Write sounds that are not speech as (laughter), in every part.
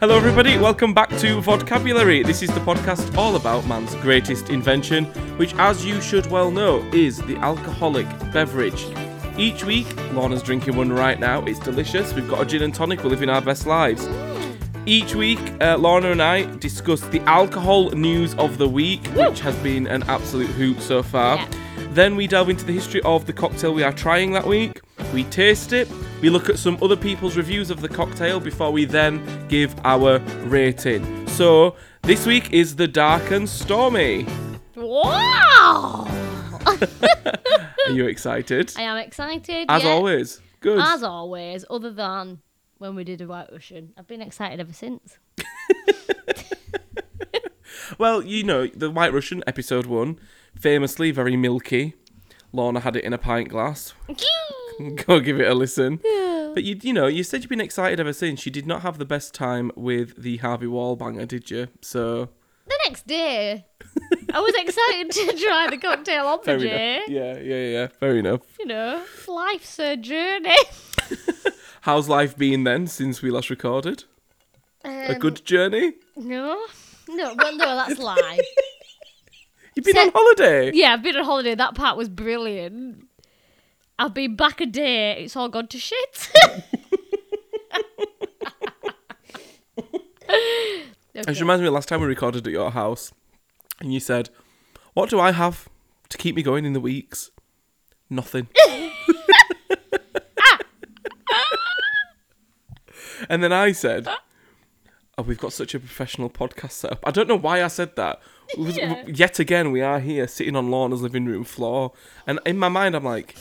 Hello, everybody. Welcome back to Vocabulary. This is the podcast all about man's greatest invention, which, as you should well know, is the alcoholic beverage. Each week, Lorna's drinking one right now. It's delicious. We've got a gin and tonic. We're living our best lives. Each week, uh, Lorna and I discuss the alcohol news of the week, which has been an absolute hoot so far. Yeah. Then we delve into the history of the cocktail we are trying that week. We taste it. We look at some other people's reviews of the cocktail before we then give our rating. So, this week is the dark and stormy. Wow! Are you excited? I am excited. As yeah. always. Good. As always, other than when we did a White Russian. I've been excited ever since. Well, you know, the White Russian episode one, famously very milky. Lorna had it in a pint glass. (laughs) Go give it a listen. But you, you know, you said you've been excited ever since. You did not have the best time with the Harvey Wallbanger, did you? So the next day, I was excited to (laughs) try the cocktail on the fair day. enough. Yeah, yeah, yeah. Fair enough. You know, life's a journey. How's life been then since we last recorded? a Um, good journey. (laughs) No, no, well, (laughs) no, that's life. You've been so- on holiday. yeah, I've been on holiday. That part was brilliant. I've been back a day. It's all gone (laughs) to shit. (laughs) It reminds me of last time we recorded at your house, and you said, "What do I have to keep me going in the weeks? Nothing." (laughs) and then I said, "Oh, we've got such a professional podcast setup." I don't know why I said that. It was- Yeah. Yet again, we are here sitting on Lorna's living room floor, and in my mind, I'm like.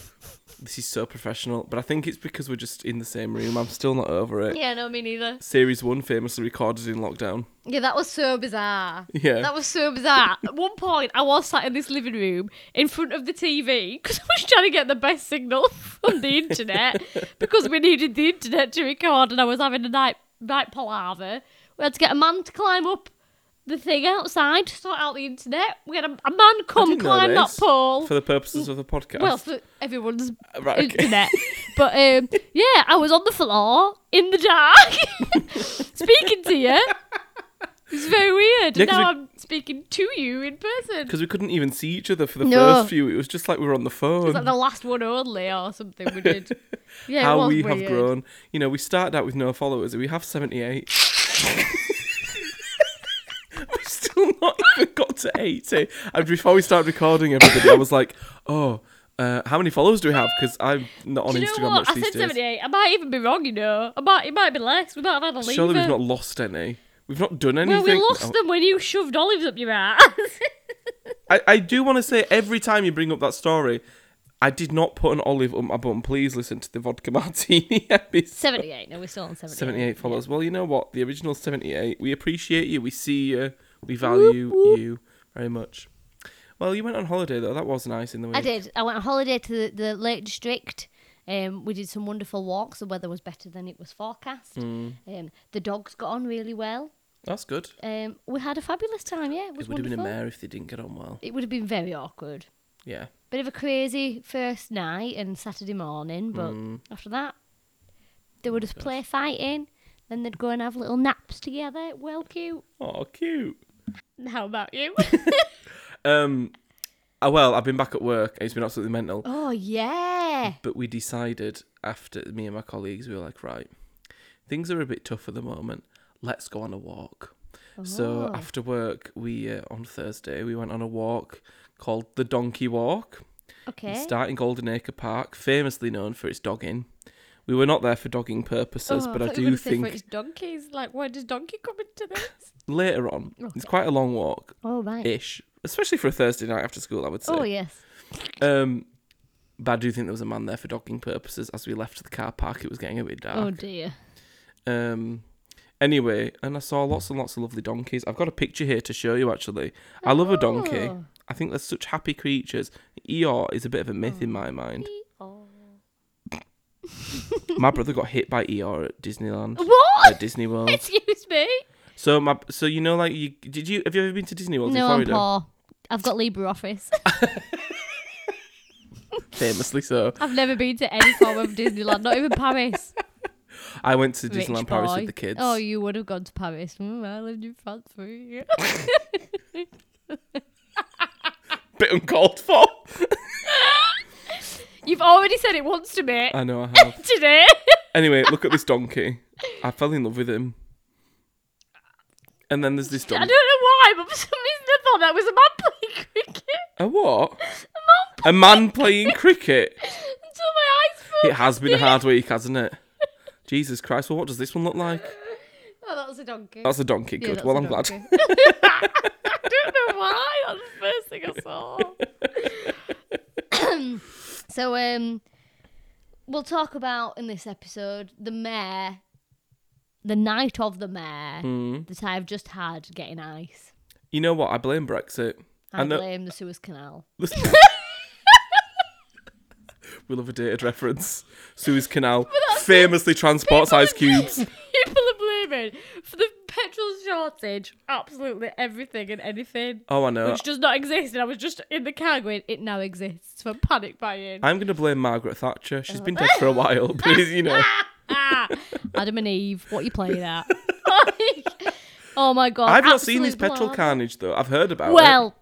This is so professional, but I think it's because we're just in the same room. I'm still not over it. yeah, no, me neither. Series one famously recorded in lockdown. (laughs) Yeah, that was so bizarre. Yeah. That was so bizarre. At one point, I was sat in this living room in front of the TV because I was trying to get the best signal (laughs) from (laughs) the internet because we needed the internet to record, and I was having a night night palaver. We had to get a man to climb up the thing outside to sort out the internet. We had a, a man come didn't know climb that this. pole. for the purposes of the podcast. well, for everyone's (laughs) Right, (laughs) okay. (laughs) internet. But um, yeah, I was on the floor in the dark (laughs) speaking to you. It's very weird. Yeah, 'cause now we- I'm speaking to you in person. because we couldn't even see each other for the No. first few. It was just like we were on the phone. It's like the last one only or something we (laughs) did. Yeah, it How was we weird. have grown. You know, we started out with no followers. We have (laughs) 78. We've still not even got to 80. And before we started recording everybody, I was like, oh, uh, how many followers do we have? Because I'm not on Do you Instagram know what? much I these said days. 78. I might even be wrong, you know. I might, it might be less. We might have had a leaver. Surely we've not lost any. We've not done anything. well, we lost Oh. them when you shoved olives up your ass. (laughs) I, I do want to say every time you bring up that story, I did not put an olive up my bum. Please listen to the vodka (laughs) martini episode. 78. No, we're still on 78. 78 followers. Well, you know what? The original 78. We appreciate you. We see you. We value you very much. Well, you went on holiday, though. That was nice in the week. I did. I went on holiday to the, the Lake District. Um, we did some wonderful walks. The weather was better than it was forecast. Hmm. Um, the dogs got on really well. That's good. Um, we had a fabulous time. Yeah, it was It would have been wonderful. a mare if they didn't get on well. It would have been very awkward. Yeah. Bit of a crazy first night and Saturday morning, but Hmm. after that, they would just play fighting. Then they'd go and have little naps together. Well, cute. Oh, cute. How about you? Um, ah, well, I've been back at work. It's been absolutely mental. (laughs) oh yeah. But we decided after me and my colleagues, we were like, right, things are a bit tough at the moment. Let's go on a walk. So Oh. after work, we uh, on Thursday we went on a walk called the Donkey Walk. Oh, Okay. Starting Golden Acre Park, famously known for its dogging. We were not there for dogging purposes, Oh, but I, do think donkeys. Like, why does donkey come into this? later on, Oh, it's quite a long walk Oh right. ish, especially for a Thursday night after school, I would say. oh yes. Um, but I do think there was a man there for dogging purposes. As we left the car park, it was getting a bit Oh dark. dear. Um, anyway, and I saw lots and lots of lovely donkeys. I've got a picture here to show you. Actually, I love a donkey. Oh. I think they're such happy creatures. Eeyore is a bit of a myth in my (laughs) mind. Oh. My brother got hit by Eeyore at Disneyland. Oh, What? at Disney World. (laughs) Excuse me. So my, so you know, like you did you have you ever been to Disney World in No, I'm Florida? poor. I've got LibreOffice. (laughs) Famously so. I've never been to any form of Disneyland, not even Paris. I went to (laughs) Rich Disneyland Paris boy. with the kids. Oh, you would have gone to Paris. Mm, I lived in France for a year. (laughs) (laughs) Bit uncalled for. You've already said it once to me I know I have. today. (laughs) Anyway, look at this donkey. I fell in love with him. And then there's this (laughs) I don't donkey. know why, but for some reason I thought that was a man playing cricket (laughs) A what? A man playing cricket. (laughs) until my eyes fell. It has been a hard week, hasn't (laughs) it? Jesus Christ. Well, what does this one look like? Oh, that was a donkey. That's a donkey. Yeah, Good. that's well, a I'm glad. (laughs) donkey. (laughs) I don't know why. That's the first thing I saw. (coughs) so, um, we'll talk about in this episode the mayor, the night of the mayor Hmm. that I've just had getting ice. You know what? I blame Brexit. I, know- blame the Suez Canal. Listen. (laughs) we love a dated reference. Suez Canal famously transports ice cubes. (laughs) People are blaming for the petrol shortage absolutely everything and anything. Oh, I know. Which does not exist, and I was just in the car going, it now exists for panic buying. I'm going to blame Margaret Thatcher. She's been dead (laughs) for a while, but you know. Ah, Adam and Eve, what you playing at? oh my god! I've not seen absolute this petrol blast. carnage, though. I've heard about Well,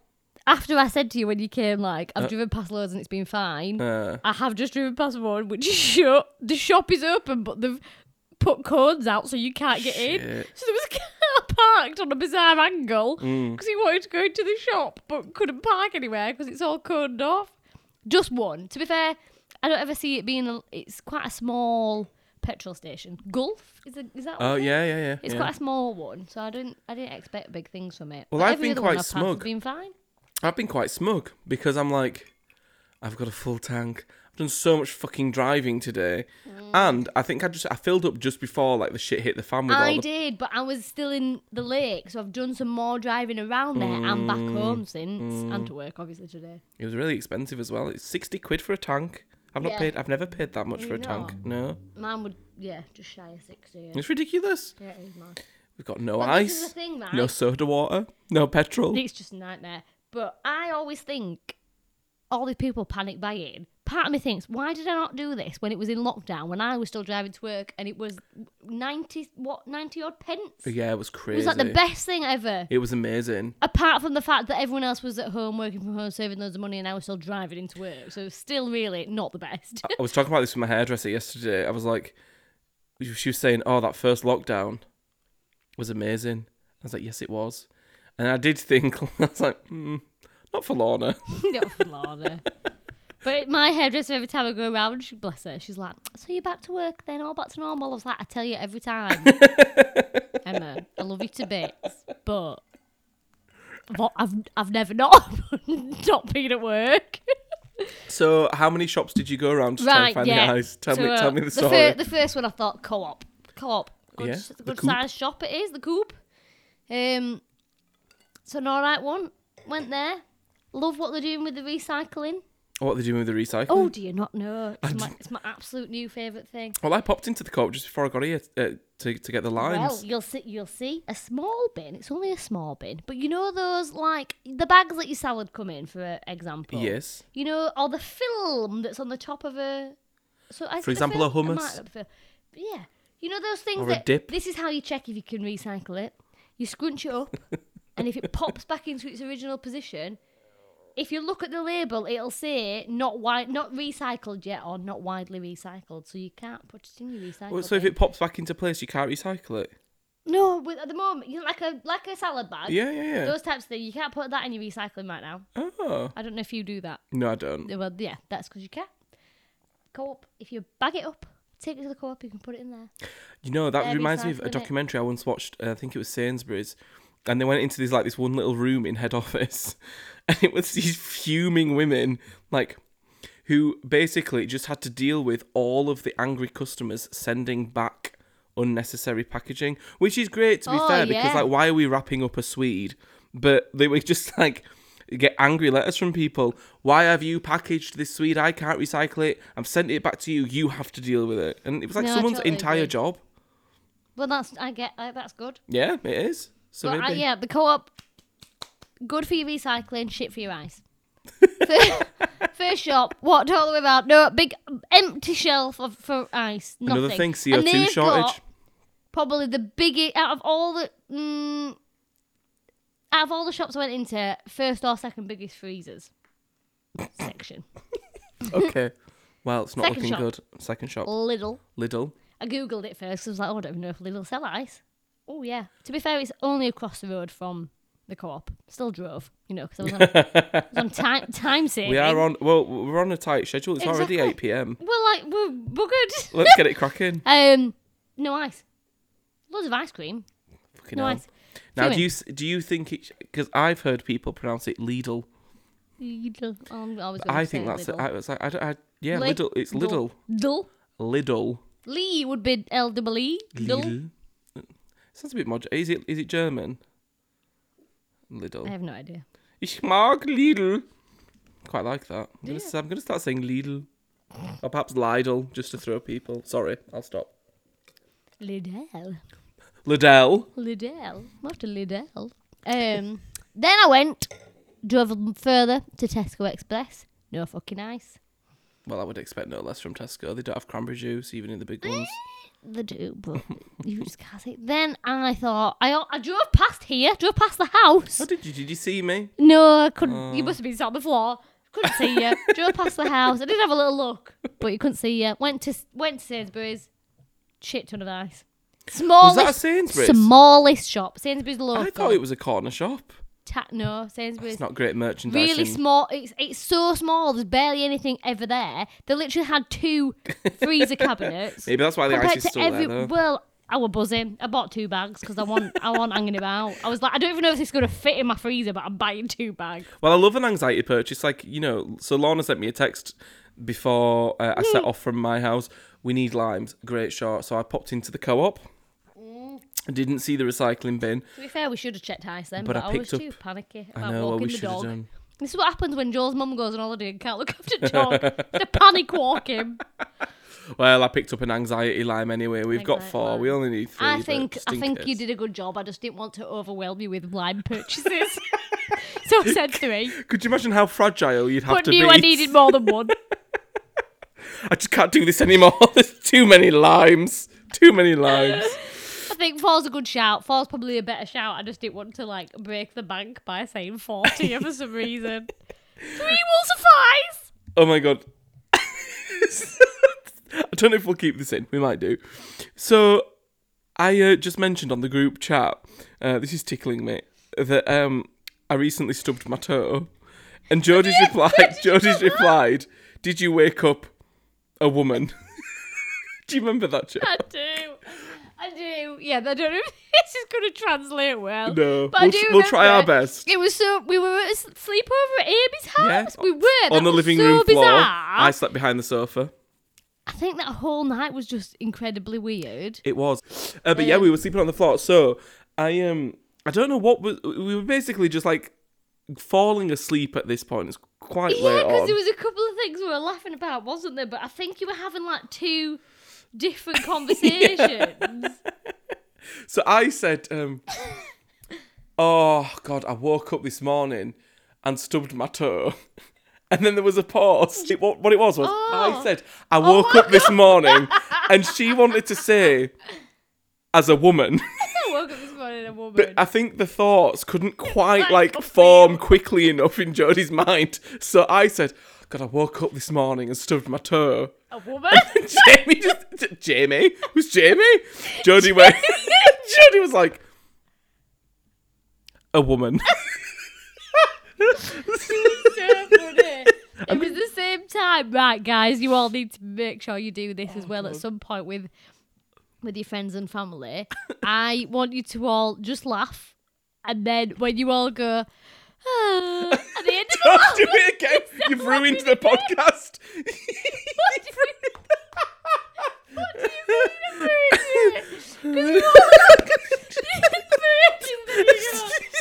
after I said to you when you came, like I've driven past loads and it's been fine. it. Uh, I have just driven past one which is shut. The shop is open, but they've put codes out so you can't get in. Shit. So there was a car parked on a bizarre angle Mm. because he wanted to go into the shop but couldn't park anywhere because it's all coded off. Just one. To be fair, I don't ever see it being. A, it's quite a small petrol station. Gulf is, a, is that? oh, one? yeah, yeah, yeah. It's yeah. quite a small one, so I didn't. I didn't expect big things from it. Well, But I've every been other one quite I've passed has smug. Been fine. I've been quite smug because I'm like, I've got a full tank. I've done so much fucking driving today, Mm. and I think I just I filled up just before like the shit hit the fan with all I the did, but I was still in the lake, so I've done some more driving around there and back Mm, home since, and to work obviously today. It was really expensive as well. It's sixty quid for a tank. I've not Yeah. paid. I've never paid that much for a you tank. No, Mine would, yeah, just shy of sixty. Yeah, it's ridiculous. yeah it is mine. We've got no But this is the Oh, ice, thing, right? no soda water, no petrol. It's just a nightmare. But I always think all these people panic buying. Part of me thinks, why did I not do this when it was in lockdown, when I was still driving to work, and it was ninety what ninety odd pence. But yeah, it was It crazy. was like the best thing ever. It was amazing. apart from the fact that everyone else was at home working from home, saving loads of money, and I was still driving into work, so still really not the best. I was talking about this with my hairdresser yesterday. I was like, she was saying, "Oh, that first lockdown was amazing." I was like, "Yes, it was," and I did think, (laughs) I was like, mm, "Not for Lorna." (laughs) not for Lana. But my hairdresser, every time I go around, she bless her, she's like, "So you're back to work then? All back to normal?" I was like, "I tell you (laughs) every time, Emma, I love you to bits, but what- I've I've never not (laughs) not been at work." So, how many shops did you go around to try and Right, find yeah. the eyes? Tell So, me, uh, tell me the The, story. fir- the first one I thought co-op, co-op. Good, Yeah, s- the good Coop. size shop it is, the coop. Um, it's an alright one. Went there. Love what they're doing with the recycling. what are they doing with the recycling? Oh, do you not know? It's, my, it's my absolute new favourite thing. Well, I popped into the co-op just before I got here uh, to to get the Well, limes. you'll see, you'll see a small bin. It's only a small bin, but you know those like the bags that your salad come in, for example. yes. You know, or the film that's on the top of a. So I think the example, a film- it hummus? might not be film. But yeah, you know those things Or a that. dip? This is how you check if you can recycle it. You scrunch (laughs) it up, and if it pops back into its original position, if you look at the label, it'll say not wi- not recycled yet or not widely recycled, so you can't put it in your recycle. Well, so if bin. it pops back into place, you can't recycle it. no, with, at the moment, you know, like a like a salad bag. Yeah, yeah, yeah. Uh, Those types of things, you can't put that in your recycling right now. Oh I don't know if you do that. no, I don't. Yeah, Well, yeah, that's because you can. Co-op, if you bag it up, take it to the co-op, you can put it in there. You know that They're reminds me of recycling a it. documentary I once watched. Uh, I think it was Sainsbury's, and they went into this like this one little room in head (laughs) office, and it was these fuming women like who basically just had to deal with all of the angry customers sending back unnecessary packaging, which is great to be Oh, fair because yeah. like why are we wrapping up a Swede? But they were (laughs) just like get angry letters from people. Why have you packaged this Swede? I can't recycle it. I've sent it back to you. You have to deal with it. And it was like No, I someone's totally entire agree. job. Well, that's I get uh, that's good. Yeah, it is. So But uh, maybe. (laughs) yeah, the co-op, good for your recycling, shit for your ice. First shop, walked all the way around. No, big empty shelf of, for ice. Nothing. Another thing, And CO2 they've shortage. got probably the biggest out of all the mm, out of all the shops I went into, first or second biggest freezers section. Okay. Well, it's not Second looking shop. good. Second shop, Lidl. Lidl. I googled it first. 'cause I was like, oh, I don't even know if Lidl sell ice. Oh yeah. To be fair, it's only across the road from the co-op. Still drove, you know, because I was on, I was (laughs) on time time saving. We are on. Well, we're on a tight schedule. It's already Exactly. eight pm. We're like we're (laughs) buggered. Let's get it (laughs) cracking. um, no ice. Loads of ice cream. Fucking no hell. ice. Now, do Fuming. you s- do you think it? Because I've heard people pronounce it Lidl. Lidl. Oh, I'm always gonna I say think that's. Lidl. I was like, I don't. I, yeah, Lid- Lidl. It's Lidl. Lidl. Lidl. Lee would be L double E. Lidl. Lidl. Sounds a bit mod. Is it? Is it German? Lidl. I have no idea. Ich mag Lidl. Quite like that. I'm gonna, s- I'm gonna start saying Lidl, or perhaps Lidl, just to throw people. Sorry, I'll stop. Lidl. Liddell. Lidl. Not to Lidl. Um, then I went, drove m- further to Tesco Express. No fucking ice. Well, I would expect no less from Tesco. They don't have cranberry juice, even in the big ones. The do, (laughs) but you just can't see. Then I thought, I, I drove past here, drove past the house. How Oh, did you? Did you see me? No, I couldn't. you must have been sat on the floor. Couldn't see (laughs) you. Drove past the house. I did have a little look, but you couldn't see you. Went to went to Sainsbury's. Shit ton of ice. Was Smallest. that a Sainsbury's? Smallest shop. Sainsbury's local. I thought it was a corner shop. Ta- no, Sainsbury's. It's not great merchandise. Really and- small. It's it's so small. There's barely anything ever there. They literally (laughs) had two freezer cabinets Maybe that's why the ice compared is to still every. there. Though. Well, I were buzzing. I bought two bags because I want I want hanging about. I was like, I don't even know if this is gonna fit in my freezer, but I'm buying two bags. Well, I love an anxiety purchase. Like you know, so Lorna sent me a text before uh, I Mm. set off from my house. We need limes. Great shot. So I popped into the co-op. Mm. I Didn't see the recycling bin. To be fair, we should have checked ice then, But but, I I, was picked up- too panicky I about know what walking we the should have dog. done. This is what happens when Joel's mum goes on holiday and can't look after (laughs) the dog. the panic walk him. Well, I picked up an anxiety lime anyway. We've got Anxiety four. lime. We only need three. I but think just I in think you case. did a good job. I just didn't want to overwhelm you with blind purchases. (laughs) so I said three. Could you imagine how fragile you'd have But to knew be? I needed more than one. I just can't do this anymore. (laughs) There's too many limes. Too many limes. (laughs) I think four's a good shout. Four's probably a better shout. I just didn't want to like break the bank by saying forty (laughs) for some reason. Three will suffice. Oh my god. (laughs) I don't know if we'll keep this in. We might do. So, I uh, just mentioned on the group chat. Uh, this is tickling me that um, I recently stubbed my toe, and Jodie's replied. Jodie's replied. Did you wake up a woman? (laughs) do you remember that? Jo? I do. I do. Yeah, I don't know if (laughs) this is going to translate well. No. But I we'll, do we'll try our remember- best. It was so we were at a s- sleepover at Amy's house. we were that on the was living so room floor. bizarre. I I... slept behind the sofa. think that whole night was just incredibly weird. It was. Uh, but yeah, Um, we were sleeping on the floor. So I um I don't know what was we were basically just like falling asleep at this point. It's quite yeah, late because on. there was a couple of things we were laughing about, wasn't there? But I think you were having like two (laughs) different conversations. So I said, (laughs) um Oh God, I woke up this morning and stubbed my toe. (laughs) And then there was a pause. It- what, what it was was I Oh. said, I woke my up this morning and she wanted to say as a woman. (laughs) I woke up this morning a woman. But (laughs) I think the thoughts couldn't quite like Like, form quickly enough in Jodie's mind. So I said, God, I woke up this morning and stubbed my toe. (laughs) A woman? (laughs) Jamie just J- Jamie? Who's Jamie? Jodie went (laughs) Jodie was like a woman. (laughs) (laughs) so funny. It was the same time, right, guys? You all need to make sure you do Oh, this as well at some point with with your friends and family. (laughs) I want you to all just laugh, and then when you all go, "Ah," at the end (laughs) of the (laughs) Don't do it again. You've ruined the podcast. (laughs)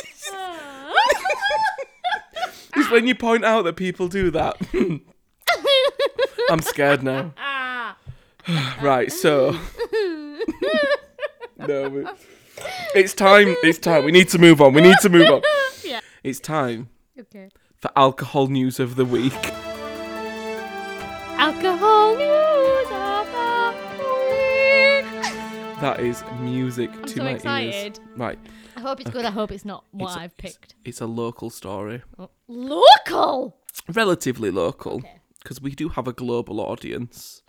(laughs) (laughs) (laughs) Oh. (laughs) It's when you point out that people do that. (laughs) I'm scared now. ah, Right, so (laughs) no, we- it's time. It's time. We need to move on. We need to move on. yeah, It's time okay. for alcohol news of the week. (laughs) Alcohol news of the week. That is music to so my excited. ears. Right. I hope it's good. I hope it's not what It's a- I've it's- picked. It's, a local story, Local. relatively local, Okay. because we do have a global audience.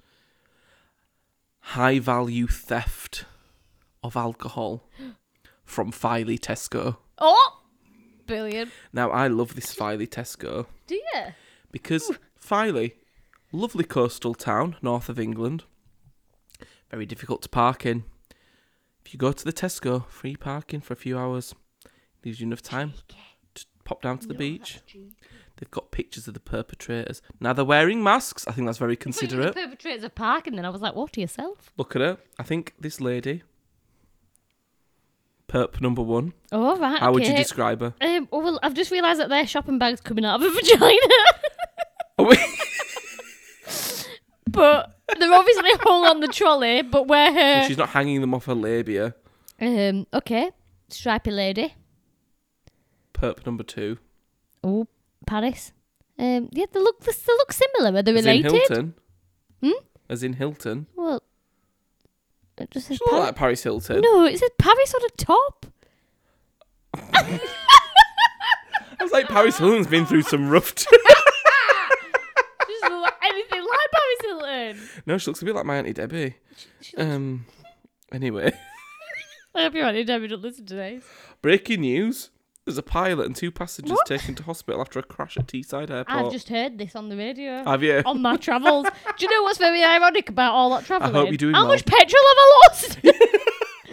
High value theft of alcohol (gasps) from Filey Tesco. Oh, brilliant. Now I love this Filey Tesco Do you? because Filey, lovely coastal town north of England, very difficult to park in. If you go to the Tesco, free parking for a few hours, leaves you enough time to pop down to the beach. They've got pictures of the perpetrators. Now they're wearing masks. I think that's very Considerate. (laughs) considerate. Perpetrators of park, and then I was like, "What to yourself?" Look at her. I think this lady, perp number one. All right. How would you okay. describe her? Um, oh, well, I've just realised that their shopping bag's coming out of a (laughs) vagina, Oh, but they're obviously all on the trolley. But where her? (laughs) She's not hanging them off her labia. Um. Okay. Stripy lady. Perp number two. Oh, Paris. Um. Yeah, they look. They still look similar. Are they As in related? Hilton. Hmm? As in Hilton. Well, it just says She's not Paris. like Paris Hilton. No, it says Paris on the (laughs) top. I was like, Paris Hilton's been through some rough. (laughs) T- She doesn't look anything like Paris Hilton. no, she looks a bit like my auntie Debbie. Um. Anyway, (laughs) I hope your auntie Debbie don't listen to this. breaking news. There's a pilot and two passengers What? taken to hospital after a crash at Teesside Airport. I've just heard this on the radio. Have you? on my travels. Do you know what's very ironic about all hope that travelling? you're doing How well. much petrol have I lost? (laughs)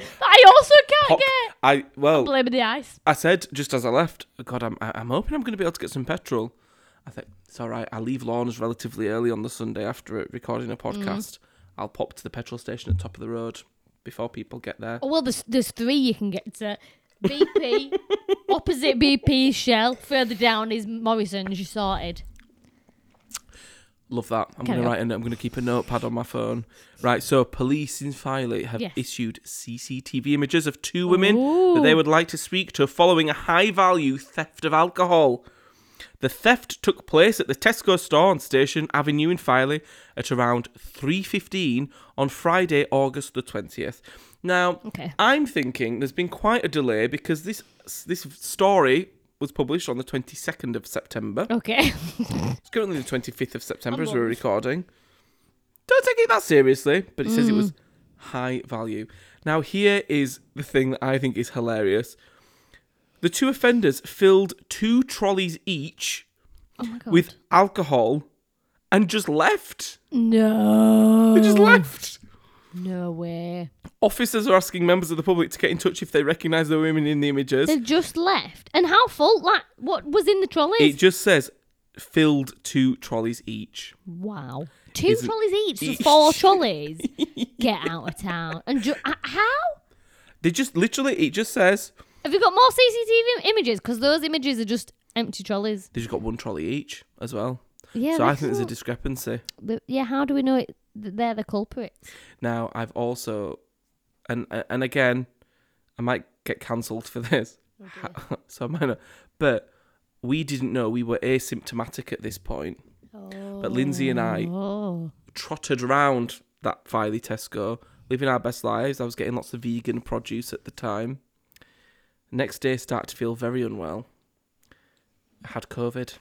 That I also can't Hop- get. I well, Blame the ice. I said just as I left, God, I'm I- I'm hoping I'm going to be able to get some petrol. I think it's all right. I leave Lorna's relatively early on the Sunday after recording a Mm. podcast. I'll pop to the petrol station at top of the road before people get there. Oh, well, there's, there's three you can get to. (laughs) BP, opposite BP, Shell. Further down is Morrison's. You sorted. Love that. I'm Carry going to on. write and I'm going to keep a notepad on my phone. Right. So police in Filey have Yes. issued CCTV images of two women that Ooh. they would like to speak to following a high-value theft of alcohol. The theft took place at the Tesco store on Station Avenue in Filey at around 3:15 on Friday, August the 20th. Now, Okay. I'm thinking there's been quite a delay because this this story was published on the 22nd of September. Okay. It's currently the 25th of September A as we're month. recording. Don't take it that seriously, but it says it Mm. was high value. Now, here is the thing that I think is hilarious. The two offenders filled two trolleys each (laughs) oh my god. with alcohol and just left. no. They just left. No way. Officers are asking members of the public to get in touch if they recognise the women in the images. They've just left. And how full? Like, what was in the It trolleys? just says filled two trolleys each. wow. 2 Isn't- trolleys each, so each. (laughs) four trolleys. Get out of town. And ju- uh, how? They just literally, it just says Have you got more CCTV images? Because those images are just empty trolleys. they've just got one trolley each as well. Yeah. so I that's think there's a not- discrepancy. but yeah. How do we know it, that they're the culprits? Now I've also, and and again, I might get cancelled for this, Oh, (laughs) so I might not. But we didn't know we were asymptomatic at this point. Oh. But Lindsay and I Oh. trotted round that Filey Tesco, living our best lives. I was getting lots of vegan produce at the time. Next day, start to feel very unwell. had COVID.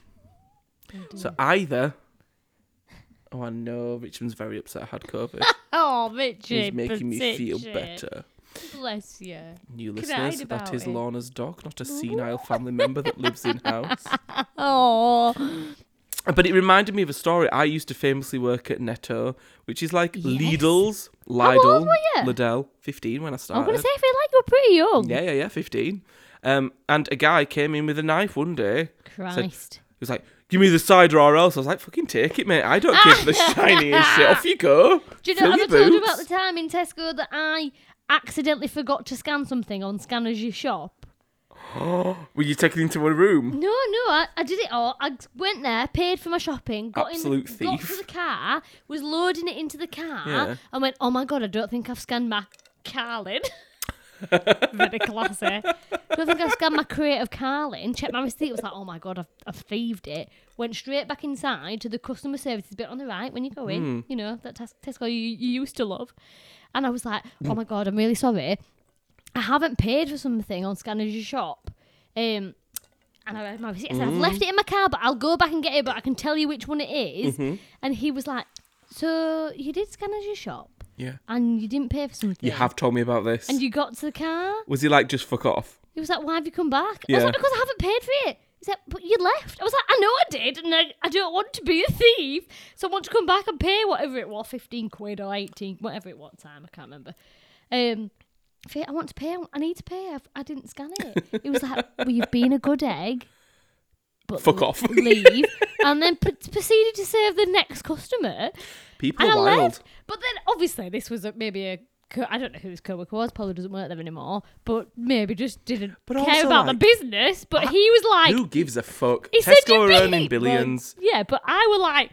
so either, oh, I know Richmond's very upset. I had COVID. Oh, Richard. He's making me feel Richard. better. Bless you. New Cried listeners, that about is it. Lorna's dog, not a senile family member that lives in (laughs) house. Oh. But it reminded me of a story. I used to famously work at Netto, which is like Yes. Lidl's, How old Lidl, were you? Lidl, 15 when I I'm started. gonna say I feel like you're pretty young. yeah, yeah, yeah, 15. Um, and a guy came in with a knife one day. Christ. He was like, give me the cider or else. I was like, fucking take it, mate. I don't care for the shiny and shit. Off you go. Ah. (laughs) Do you Fill know? Have I your told you boots." about the time in Tesco that I accidentally forgot to scan something on Scanners Your Shop? Were you taken into a room? No, no, I, I did it all. I went there, paid for my shopping, got Absolute in, the, got to thief. the car, was loading it into the car, Yeah. and went, "Oh my god, I don't think I've scanned my card in." (laughs) Very classy. Don't think I scanned my creative Carlin, checked my receipt, was like, oh my god, I've, I've thieved it. Went straight back inside to the customer services bit on the right when you go Mm. in, you know, that tes- Tesco you, you used to love. And I was like, Mm. oh my god, I'm really sorry. I haven't paid for something on Scanners Your Shop. Um, and I read my receipt. I said, I've Mm. left it in my car, but I'll go back and get it, but I can tell you which one it is." Mm-hmm. And he was like, so you did Scanners Your Shop? Yeah. And you didn't pay for something. You have told me about this. And you got to the car. was he like, just fuck off? He was like, "Why have you come back?" I Yeah. was like, "Because I haven't paid for it." He's like, "But you left." I was like, "I know I did, and I, I don't want to be a thief, so I want to come back and pay whatever it was, fifteen quid or eighteen, whatever it was at the time. I can't remember." Um, if I want to pay. I need to pay. I've, I didn't scan it. He was like, "Well, you've been a good egg." But Fuck l- (laughs) off. leave, and then p- proceeded to serve the next customer. People And I are wild. left. But then obviously this was a, maybe a co- I don't know who his co-worker was. Probably doesn't work there anymore. But maybe just didn't But care also, about the like, business. But he was like, Who gives a fuck? he said Tesco you are beat earning them." billions. Yeah, but I were like.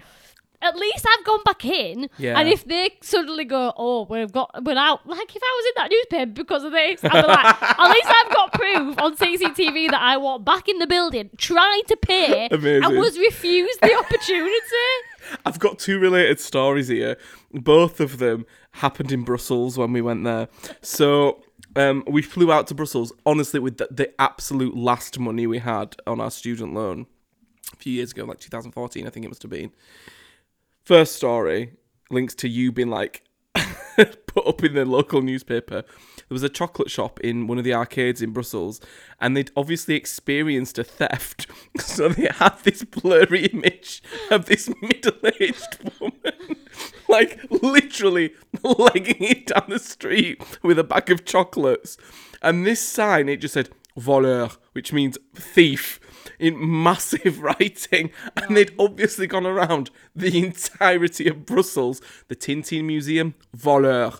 At least I've gone back in, Yeah. and if they suddenly go, "Oh, we've got we're out," like if I was in that newspaper because of this, I'm (laughs) like, at least I've got proof on CCTV that I walked back in the building, tried to pay, Amazing. and was refused the opportunity. I've got two related stories here. Both of them happened in Brussels when we went there. So um, we flew out to Brussels, honestly, with the, the absolute last money we had on our student loan a few years ago, like 2014, I think it must have been. First story links to you being like (laughs) put up in the local newspaper. There was a chocolate shop in one of the arcades in Brussels, and they'd obviously experienced a theft. (laughs) So they had this blurry image of this middle aged woman, (laughs) like literally (laughs) legging it down the street with a bag of chocolates. And this sign, it just said voleur, which means thief in massive (laughs) writing, and they'd obviously gone around the entirety of Brussels. The Tintin Museum, voleur.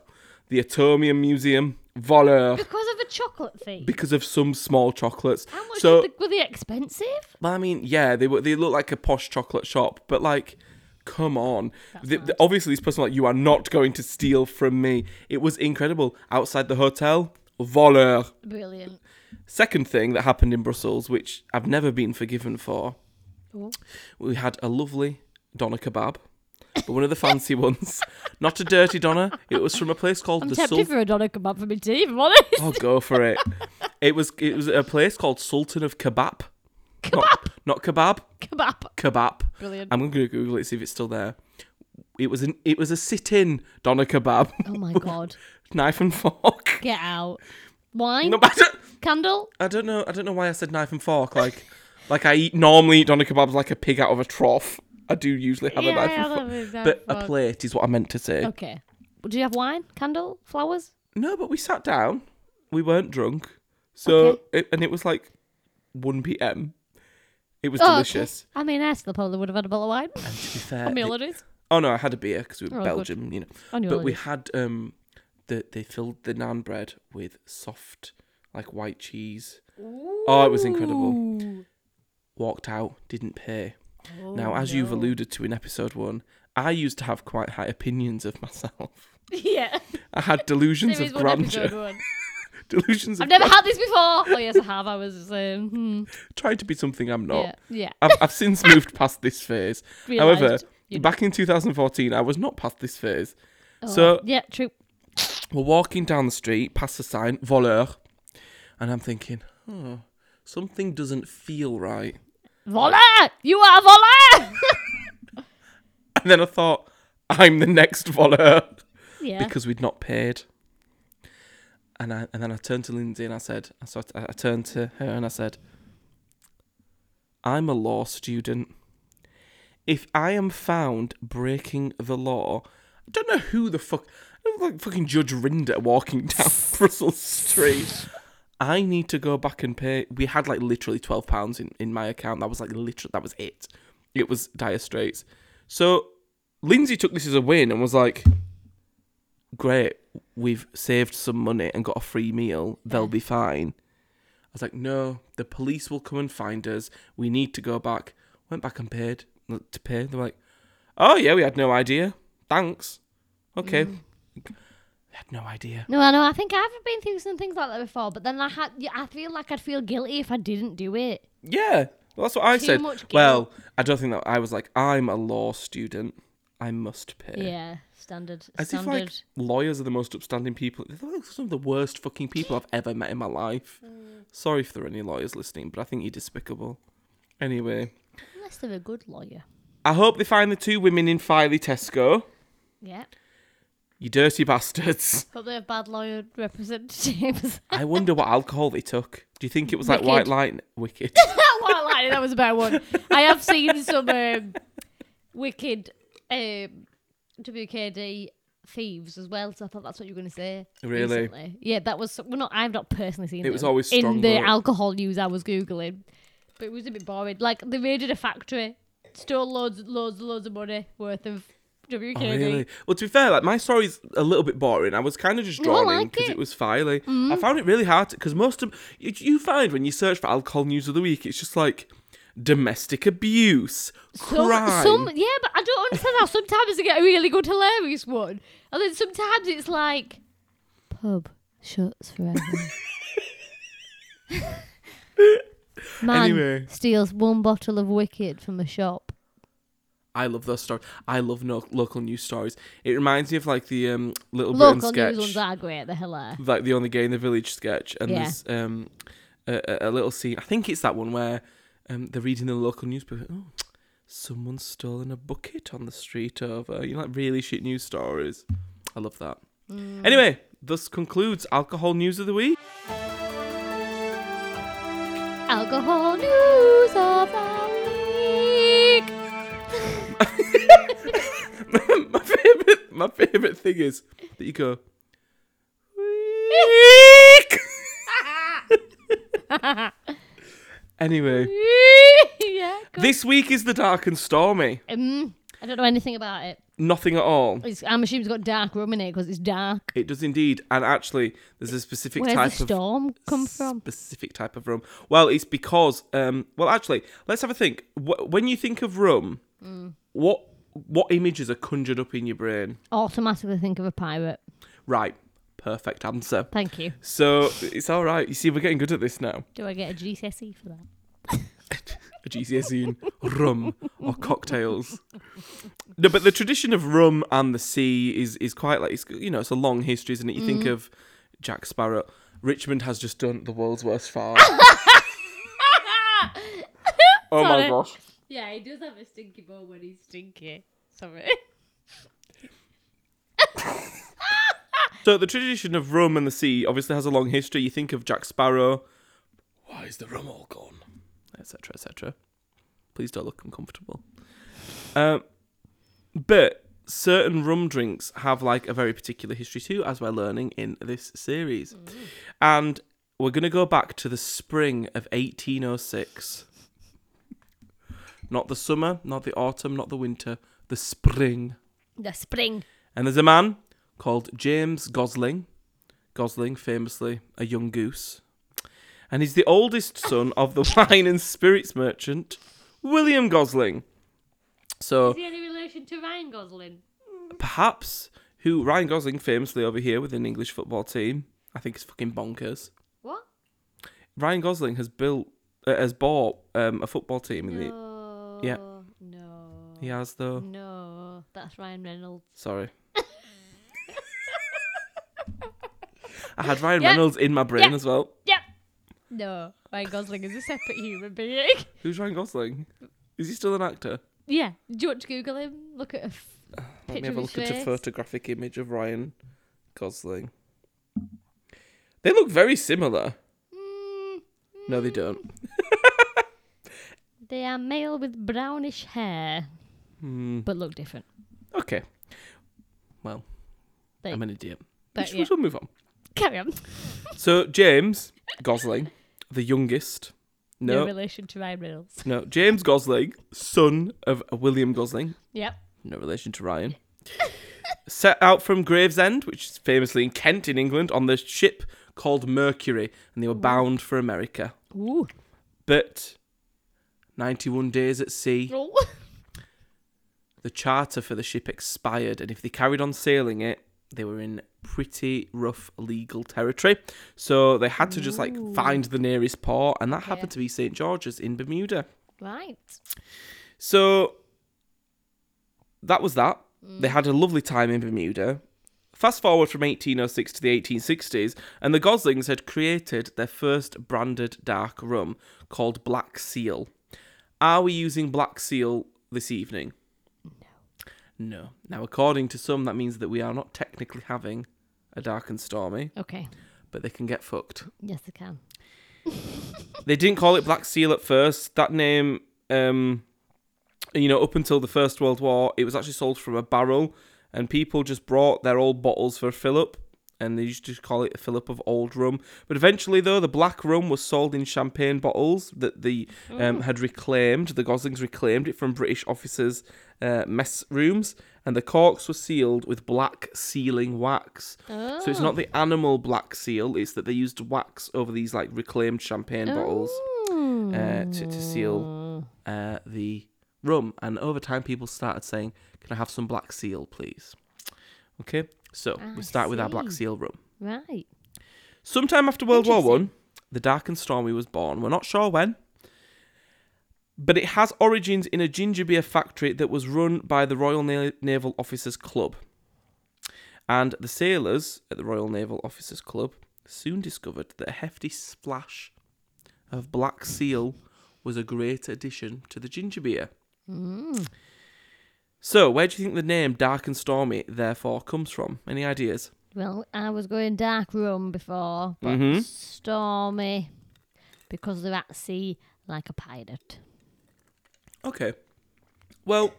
The Atomium Museum, (laughs) voleur. Because of a chocolate thing. Because of some small chocolates. How much so, did the, were they expensive? well, I mean, yeah, they were, they look like a posh chocolate shop, but like, come on. The, the- obviously, this person like, you are not going to steal from me. It was incredible. Outside the hotel, voleur. Brilliant. Second thing that happened in Brussels, which I've never been forgiven for, Ooh. we had a lovely doner kebab, but one of the (laughs) fancy ones. Not a dirty doner. It was from a place called I'm the tempted Sultan. for a doner kebab for me to even honest. (laughs) Oh, go for it! It was it was a place called Sultan of Kebab. Kebab. Not, not kebab, kebab. kebab. Brilliant. I'm gonna Google it see if it's still there. It was an it was a sit-in doner kebab, (laughs) oh my god. knife and fork. Get out. Wine? No, but I don't, Candle? I don't know. I don't know why I said knife and fork. Like, like I eat normally eat doner kebabs like a pig out of a trough. I do usually have a knife and fork, but a plate is what I meant to say. Okay. Well, Do you have wine? Candle? Flowers? No, but we sat down. We weren't drunk. So, Okay. it, and it was like 1 p.m. It was Oh, okay. delicious. I mean, I still probably would have had a bottle of wine. To be fair. (laughs) On my it- holidays. oh, no, I had a beer because we were Oh, good. Belgium, you know. On your But we holidays. had, um, the, they filled the naan bread with soft, like white cheese. Oh, it was incredible. Ooh. Walked out, didn't pay. Oh, now, as you've no. alluded to in episode one, I used to have quite high opinions of myself. (laughs) (laughs) Yeah. I had (laughs) delusions There of is one (laughs) episode grandeur. one. Delusions I've of never had this before. Oh, yes, I have. I was just saying. Hmm. trying to be something I'm not. Yeah. Yeah. I've, I've (laughs) since moved past this phase. However, Realised, you know. back in 2014, I was not past this phase. Oh, so- Yeah, true. We're walking down the street past the sign, voleur, and I'm thinking, oh, something doesn't feel right. Vola! You are Vola! And then I thought, I'm the next voleur (laughs) yeah. because we'd not paid. And I and then I turned to Lindsay and I said, I, sort I turned to her and I said, I'm a law student. If I am found breaking the law, I don't know who the fuck, I look like fucking Judge Rinder walking down (laughs) Brussels Street. I need to go back and pay. We had like literally twelve pounds in in my account. That was like literally that was it. It was dire straits. So Lindsay took this as a win and was like, great, we've saved some money and got a free meal, they'll be fine. I was like, no, the police will come and find us. We need to go back. Went back and paid uh, to pay. Mm. They were like, oh yeah, we had no idea. Thanks. Okay. I had no idea. No, I know. I think I've been through some things like that before, but then I had, yeah, I feel like I'd feel guilty if I didn't do it. Yeah. Well, that's what I Too said. much guilt. Well, I don't think that I was like, I'm a law student. I must pay. Yeah, standard, As if standard. like lawyers are the most upstanding people. They're some of the worst fucking people I've ever met in my life. Mm. Sorry if there are any lawyers listening, but I think you're despicable. Anyway, Unless they're a good lawyer. I hope they find the two women in Filey Tesco. Yeah. You dirty (laughs) bastards. Hope they have bad lawyer (laughs) representatives. I wonder what alcohol they took. Do you think it was like Wicked. white lightning? Wicked. that one line, that was a better one. I have seen some um, wicked um, WKD thieves as well, so I thought that's what you were going to say. Really? recently. Yeah, that was. Well, not I've not personally seen. It was them always in strong the vote. alcohol news I was googling, but it was a bit boring. Like they raided a factory, stole loads, loads, loads of money worth of WKD. Oh, really? Well, to be fair, like my story's a little bit boring. I was kind of just No, I drawn in like because it. Mm. it. was filey. I found it really hard because most of you, you find when you search for alcohol news of the week, it's just like domestic abuse, Some, crime. some, yeah, but I don't understand how sometimes they get a really good, hilarious one, and then sometimes it's like pub shuts forever. (laughs) Man Anyway. steals one bottle of Wicked from a shop. I love those stories. I love no- local news stories. It reminds me of like the um, Little Local Britain news ones sketch, are great. They're hilarious. like the only gay in the village sketch, and Yeah. there's um, a, a- a little scene. I think it's that one where um, they're reading the local newspaper. Oh, someone's stolen a bucket on the street over. You know, like really shit news stories. I love that. Anyway, thus concludes alcohol news of the week. (laughs) Alcohol news of the (laughs) week. (laughs) my favorite, my favorite thing is that you go. "Week." (laughs) anyway, yeah. go this week is the dark and stormy. Mm, I don't know anything about it. Nothing at all. It's, I'm assuming it's got dark rum in it because it's dark. It does indeed, and actually, there's a specific Where's type (laughs) the of storm come from? specific type of rum. Well, it's because, um, well, actually, let's have a think. Wh- When you think of rum, Mm. what what images are conjured up in your brain? Automatically think of Oh, a pirate. Right, perfect answer. Thank you. So it's all right. You see, we're getting good at this now. Do I get a GCSE E for that? A GCSE in rum or cocktails. No, but the tradition of rum and the sea is is quite like it's you know it's a long history, isn't it? You think of Jack Sparrow. Richmond has just done the world's worst fart. oh my Sorry. gosh. Yeah, he does have a stinky bone when he's stinky. Sorry. So the tradition of rum and the sea obviously has a long history. You think of Jack Sparrow. Why is the rum all gone? Etc. Etc. Please don't look uncomfortable. Um, but certain rum drinks have like a very particular history too, as we're learning in this series. And we're going to go back to the spring of 1806. Not the summer, not the autumn, not the winter, the spring. (laughs) The spring. And there's a man called James Gosling. Gosling, famously a young goose. And he's the oldest son of the (laughs) wine and spirits merchant, William Gosling. So Is he any relation to Ryan Gosling? perhaps who Ryan Gosling famously over here with an English football team. I think it's fucking bonkers. What? Ryan Gosling has built, uh, has bought um, a football team. In the, No. Mm. yeah. No. he has though. No. That's Ryan Reynolds. Sorry. I had Ryan Yeah. Reynolds in my brain Yeah. as well. Yep. (laughs) No. Ryan Gosling is a separate human being. (laughs) Who's Ryan Gosling? Is he still an actor? Yeah. Do you want to Google him? Look at a f- Let me picture have a of look his at a face. photographic image of Ryan Gosling. They look very similar. Mm, No, they don't. They are male with brownish hair, Hmm. but look different. Okay. Well, They- I'm an idiot. But we yeah. should move on. Carry on. So James Gosling, the youngest. No No, relation to Ryan Reynolds. no, James Gosling, son of William Gosling, Yep. no relation to Ryan. (laughs) Set out from Gravesend, which is famously in Kent in England, on the ship called Mercury, and they were bound for America. (laughs) Ooh. But 91 days at sea, the charter for the ship expired, and if they carried on sailing it, they were in pretty rough legal territory. So they had to just like find the nearest port, and that happened to be St. George's in Bermuda. Right. So that was that. They had a lovely time in Bermuda. Fast forward from 1806 to the 1860s, and the Goslings had created their first branded dark rum called Black Seal. Are we using Black Seal this evening? No. No. Now, according to some, that means that we are not technically having a dark and stormy, Okay. but they can get fucked. Yes, I can. They didn't call it Black Seal at first. That name, um, you know, up until the First World War, it was actually sold from a barrel, and people just brought their old bottles for Philip, and they used to call it a Philip of Old Rum. But eventually, though, the black rum was sold in champagne bottles that the um, had reclaimed. The Goslings reclaimed it from British officers' uh, mess rooms, and the corks were sealed with black sealing wax. So it's not Oh. the animal black seal; it's that they used wax over these like reclaimed Oh. champagne bottles uh, to, to seal uh, the rum. And over time, people started saying, Can I have some black seal, please? Okay, so Ah, I we start with our black see. seal rum. Right. Sometime after World War One, Interesting. the Dark and Stormy was born. We're not sure when, but it has origins in a ginger beer factory that was run by the Royal Na- Naval Officers Club. And the sailors at the Royal Naval Officers Club soon discovered that a hefty splash of black seal was a great addition to the ginger beer. Mm. So, where do you think the name Dark and Stormy therefore comes from? Any ideas? Well, I was going dark room before, but Mhm. stormy because they're at sea like a pirate. Okay. Well,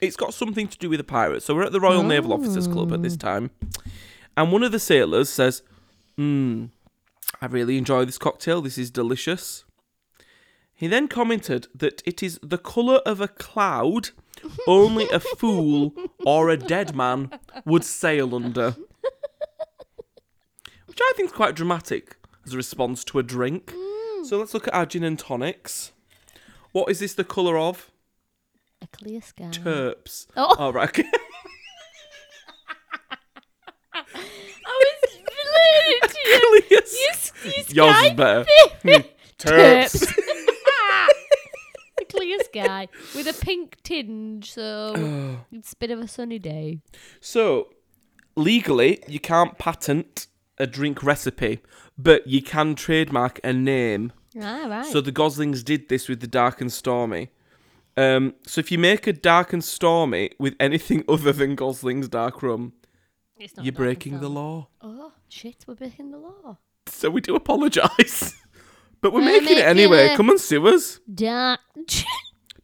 it's got something to do with a pirate. So we're at the Royal Naval Officers Club at this time. And one of the sailors says, Hmm, I really enjoy this cocktail. This is delicious. He then commented that it is the colour of a cloud only a fool or a dead man would sail under. Which I think is quite dramatic as a response to a drink. So let's look at our gin and tonics. What is this the colour of? A clear (laughs) sky. Terps. Oh. Oh, (laughs) right. okay. (laughs) I was related to you. Cleus. You, s- you Yours is sky. (laughs) better. Terps. a clear sky with a pink (sighs) tinge, so it's a bit of a sunny day. So, legally, you can't patent a drink recipe, but you can trademark a name. Ah, right. So the Goslings did this with the Dark and Stormy. Um, so if you make a Dark and Stormy with anything (laughs) other than Gosling's Dark Rum, It's not you're dark and breaking the stormy. law. Oh, shit, we're breaking the law. So we do apologise. (laughs) but we're, We're making, it making anyway. it. Come and sue us. (laughs) Dark,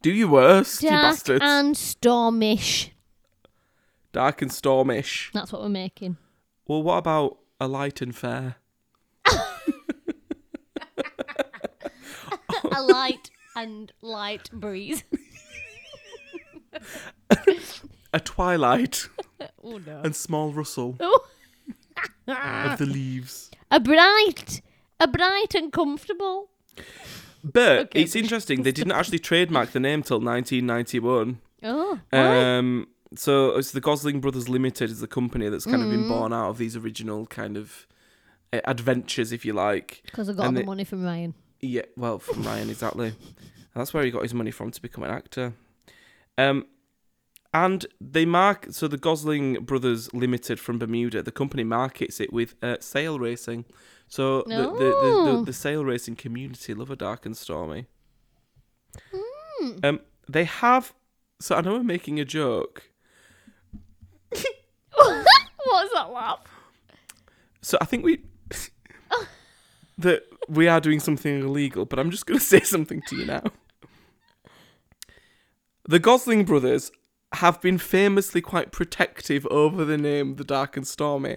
Do your worst, you dark bastards. and stormish. Dark and Stormish. That's what we're making. Well, what about a light and fair? (laughs) a light and light breeze. A twilight Oh no. and small rustle Oh, of the leaves. a bright, a bright and comfortable. But Okay, it's interesting, they didn't actually trademark the name till 1991. Oh, why? Um, so it's the Gosling Brothers Limited is the company that's kind of been born out of these original kind of uh, adventures, if you like. because I got and the it- money from (laughs) Ryan. Yeah, well, from Ryan, exactly. And that's where he got his money from to become an actor. Um, and they mark so the Gosling Brothers Limited from Bermuda. The company markets it with uh, sail racing. So the, the, the, the, Oh. the sail racing community love a dark and stormy. Um, they have. So I know we're making a joke. What's that laugh? So I think we that we are doing something illegal, but I'm just going to (laughs) say something to you now. The Gosling brothers have been famously quite protective over the name The Dark and Stormy,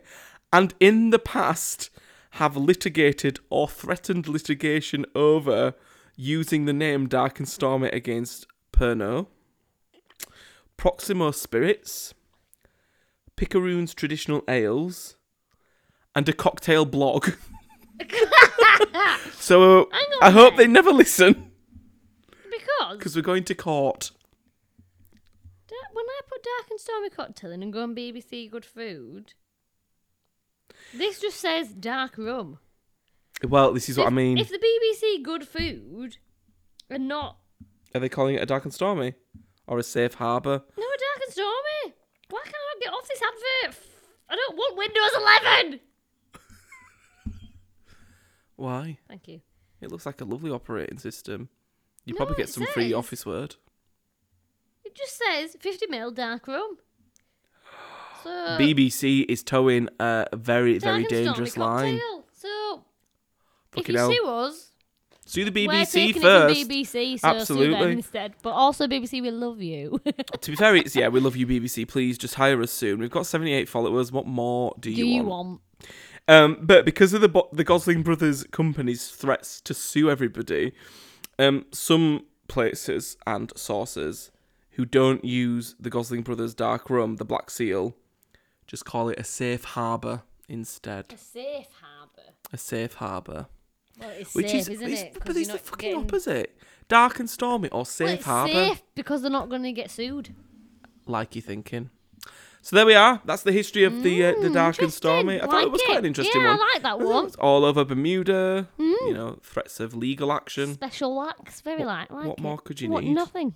and in the past have litigated or threatened litigation over using the name Dark and Stormy against Pernod, Proximo Spirits, Picaroon's Traditional Ales, and a cocktail blog. (laughs) so Hang on I hope then. they never listen Because because we're going to court. da- when I put dark and stormy cocktail in and go on BBC Good Food, This just says dark rum. Well, this is what I mean. If the BBC good food and not Are they calling it a dark and stormy, or a safe harbour? no dark and stormy, why can't I get off this advert? I don't want Windows 11. Why? Thank you. It looks like a lovely operating system. You No, probably get it some free says- Office Word. It just says 50 mil dark rum. So BBC is towing a very, dark very and stormy dangerous line. cocktail. So if Fucking you hell. sue us, Sue the we're BBC taking first. it from BBC, so sue them Absolutely. instead. But also BBC, we love you. (laughs) to be fair, it's yeah, we love you, BBC. Please just hire us soon. We've got 78 followers. What more do Do you, you want? want? Um, but because of the Bo- the Gosling brothers company's threats to sue everybody, um, some places and sources who don't use the Gosling brothers dark rum, the black seal, just call it a safe harbour instead. A safe harbour. A safe harbour, Well, it's which safe, is isn't it's, it? 'Cause but you're it's the not fucking getting- opposite. Dark and stormy or Well, safe it's harbour, safe because they're not going to get sued. like you're thinking. So there we are. That's the history of the uh, the dark and stormy. I Mm, Interesting. thought it was Like quite an interesting yeah, one. I like that one. It's all over Bermuda. Hmm. You know, threats of legal action. Special lacks, very light. Like what it. more could you What, need? (laughs) Nothing.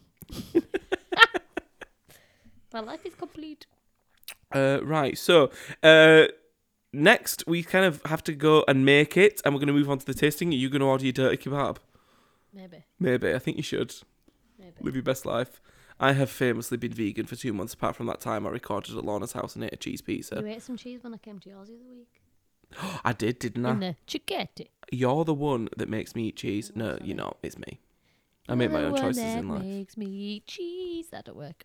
My life is complete. Uh, right. So uh, next, we kind of have to go and make it, and we're going to move on to the tasting. Are you going to order your dirty kebab? Maybe. Maybe. I think you should Maybe. live your best life. I have famously been vegan for two months, apart from that time I recorded at Lorna's house and ate a cheese pizza. You ate some cheese when I came to yours the other week. I did, didn't I? In the chiquette. You're the one that makes me eat cheese. No, you're not. It's me. I make my Oh, You're own the one choices that in life. Makes me eat cheese. That don't work.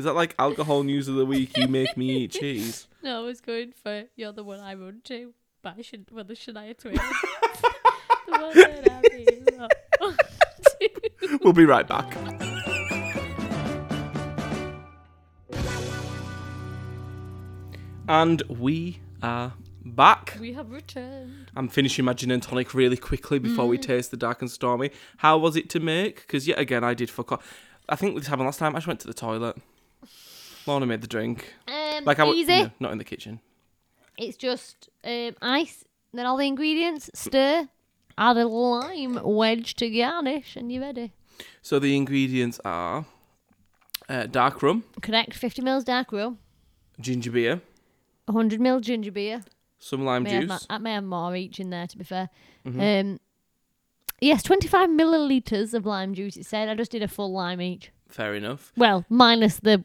Is that like alcohol news of the week? You make me (laughs) eat cheese. No, I was going for you're the one I run to, but I should well the Shania Twain. (laughs) the one that I belong to. We'll be right back. And we are back. We have returned. I'm finishing my gin and tonic really quickly before we taste the dark and stormy. How was it to make? Because yet again, I did fuck off. I think this happened last time. I just went to the toilet. Lorna made the drink. Um, Like I was easy. not in the kitchen. It's just um, ice, then all the ingredients, stir, add a lime wedge to garnish, and you're ready. So the ingredients are uh, dark rum, Connect 50 mils dark rum, ginger beer, 100 mil ginger beer. some lime May have, juice. Mm-hmm. ma- I may have more each in there, to be fair. Um, yes, 25 millilitres of lime juice, it said. I just did a full lime each. Fair enough. Well, minus the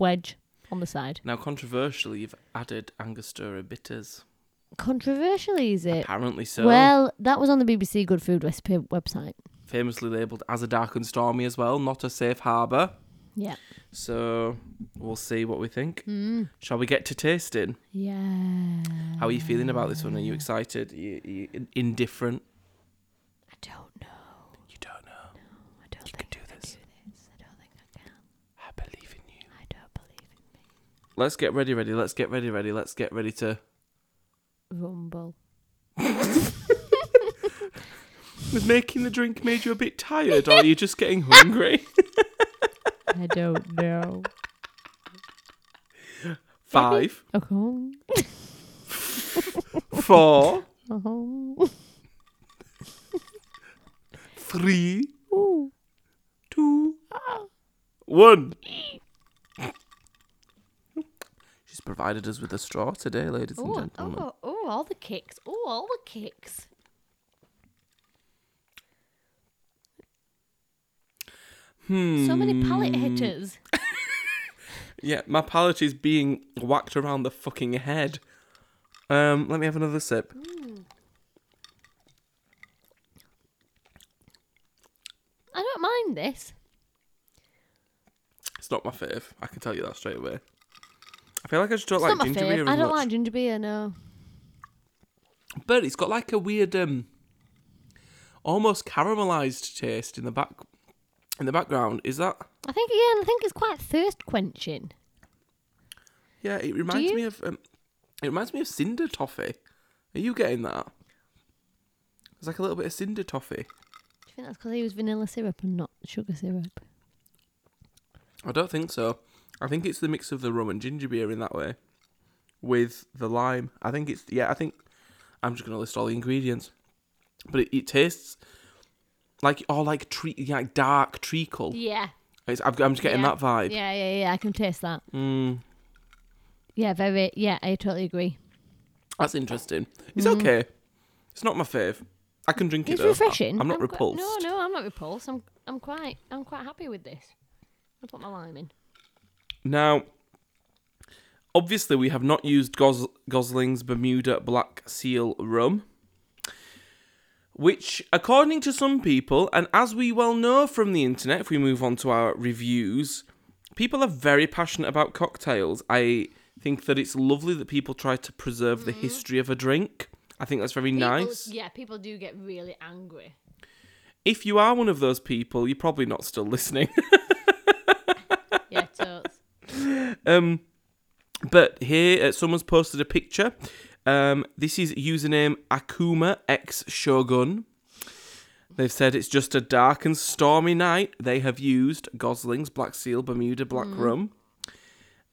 wedge on the side. Now, controversially, you've added Angostura bitters. Controversially, is it? Apparently so. Well, that was on the BBC Good Food Recipe website. Famously labelled as a dark and stormy as well, not a safe harbour. Yeah. So we'll see what we think. Shall we get to tasting? Yeah. Hmm. How are you feeling about this one? Are you excited? You, you in- indifferent? I don't know. You don't know. I don't You think can do this. I don't think I can. I believe in you. I don't believe Let's get ready, ready. Let's get ready, ready. Let's get ready to. (laughs) in rumble. Was making the drink made you a bit tired, or are you just getting (laughs) hungry? I don't know. Five, Oh, four, oh, three, oh. two, one. She's provided us with a straw today, ladies and Oh, gentlemen. oh, oh, all the kicks. Oh, all the kicks. So many palate hitters. Hmm. Yeah, my palate is being whacked around the fucking head. Um, let me have another sip. I don't mind this. It's not my fave. I can tell you that straight away. I feel like I just don't It's like not my ginger beer favourite. as I don't much. like ginger beer, no. But it's got like a weird, um, almost caramelized taste in the back, in the background. Is that? I think, again, I think it's quite thirst quenching. Yeah, it reminds you? me of um, it reminds me of cinder toffee. Are you getting that? It's like a little bit of cinder toffee. Do you think that's because he was vanilla syrup and not sugar syrup? I don't think so. I think it's the mix of the rum and ginger beer in that way. with the lime. I think it's yeah. I think I'm just gonna list all the ingredients, but it, it tastes like or like tre- like dark treacle. Yeah. It's, I've, I'm just getting yeah. that vibe. Yeah, yeah, yeah. I can taste that. Hmm. Yeah, very. Yeah, I totally agree. That's interesting. It's okay. It's not my fave. I can drink Mm. It's it. though. I- refreshing. I'm not qui- repulsed. no, no, I'm not repulsed. I'm, I'm quite, I'm quite happy with this. I put my lime in. Now, obviously, we have not used Gos- Gosling's Bermuda Black Seal rum, which, according to some people, and as we well know from the internet, if we move on to our reviews, people are very passionate about cocktails. I think that it's lovely that people try to preserve the history of a drink. I think that's very Mm-hmm. People- nice. Yeah, people do get really angry. If you are one of those people, you're probably not still listening. Yeah, (laughs) totes. Um, But here, uh, someone's posted a picture. Um, this is username Akuma X Shogun. They've said it's just a dark and stormy night. They have used Gosling's Black Seal Bermuda Black Mm. Rum,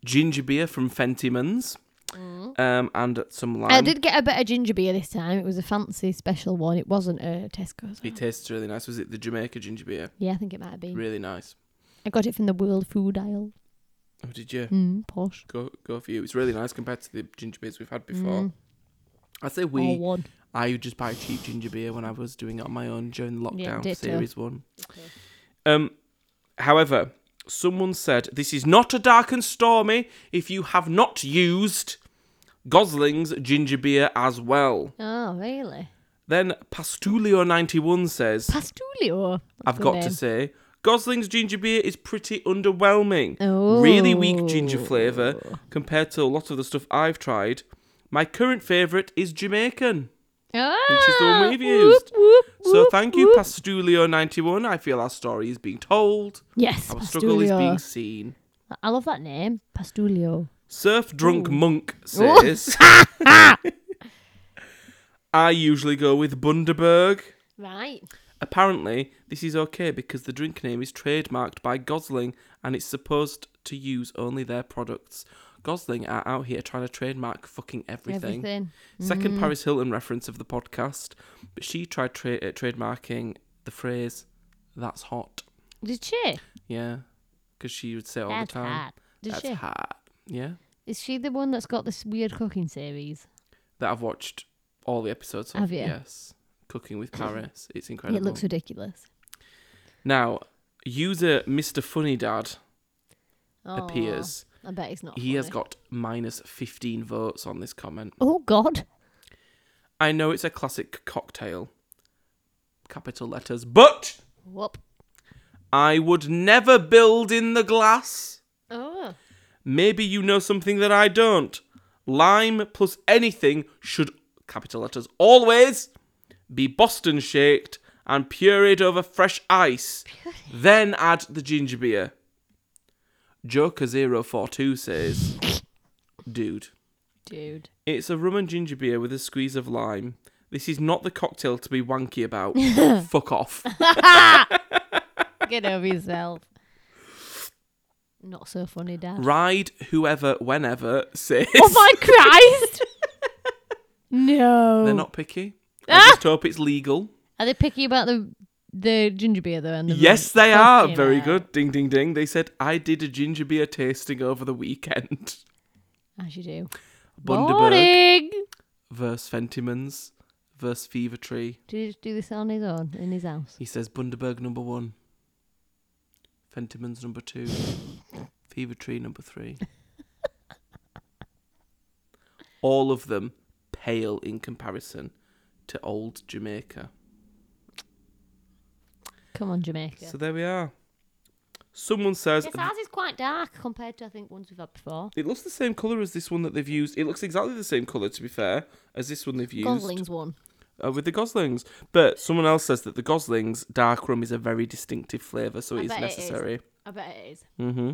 ginger beer from Fentimans, Mm. um, and some lime. I did get a better ginger beer this time. It was a fancy special one. It wasn't a Tesco's. It tastes really nice. Was it the Jamaica ginger beer? Yeah, I think it might have been. Really nice. I got it from the World Food aisle. Oh, did you? Mm, posh. Go go for you. It's really nice compared to the ginger beers we've had before. I say we. Mm. Or one. I would just buy cheap ginger beer when I was doing it on my own during the Yeah, lockdown for ditto. series one. Um, however, someone said this is not a dark and stormy if you have not used Gosling's ginger beer as well. Oh, really? Then Pastulio91 says, Pastulio. I've got to say, Gosling's ginger beer is pretty underwhelming. Oh. Really weak ginger flavour compared to a lot of the stuff I've tried. My current favourite is Jamaican. Ah, which is the one we've used. So thank you, Pastulio91. I feel our story is being told. Yes, Our struggle is Pastulio. being seen. I love that name, Pastulio. Surf Drunk Monk says. (laughs) I usually go with Bundaberg. Right. Apparently, this is okay because the drink name is trademarked by Gosling and it's supposed to use only their products. Gosling are out here trying to trademark fucking everything. Everything. Second Paris Hilton reference of the podcast, but she tried tra- uh, trademarking the phrase "That's hot." Did she? Yeah, because she would say it all That's the time. hot. Did That's she? hot. Yeah, Is she the one that's got this weird cooking series? that I've watched all the episodes of. Have you? Yes, Cooking (clears throat) with Paris. It's incredible. It looks ridiculous. now, user Mr Funny Dad Aw, appears. Oh, I bet it's not. He has funny. got minus fifteen votes on this comment. Oh God. I know it's a classic cocktail. Capital letters, but Whoop. I would never build in the glass. Oh. Maybe you know something that I don't. Lime plus anything should, capital letters, always be Boston shaked and pureed over fresh ice. Then add the ginger beer. Joker042 says, Dude, Dude. it's a rum and ginger beer with a squeeze of lime. This is not the cocktail to be wanky (laughs) about. Fuck off. Get over yourself. Not so funny, Dad. Ride whoever, whenever says, (laughs) Oh my Christ! no. They're not (laughs) picky. I just hope it's legal. Are they picky about the the ginger beer though? And the Yes, rum? they are. Fucking Very hell. good. Ding, ding, ding. They said, I did a ginger beer tasting over the weekend. (laughs) As you do. Bundaberg Morning. versus Fentimans versus Fever Tree. Did he just do this on his own in his house? He says Bundaberg number one, Fentimans number two, Fever Tree number three. All of them pale in comparison to old Jamaica. Come on, Jamaica. So there we are. Someone says yes, ours is quite dark compared to I think ones we've had before. It looks the same colour as this one that they've used. It looks exactly the same colour, to be fair, as this one they've used Gosling's one. uh, with the Goslings. But someone else says that the Goslings dark rum is a very distinctive flavour, so I it's bet it is. necessary. I bet it is. hmm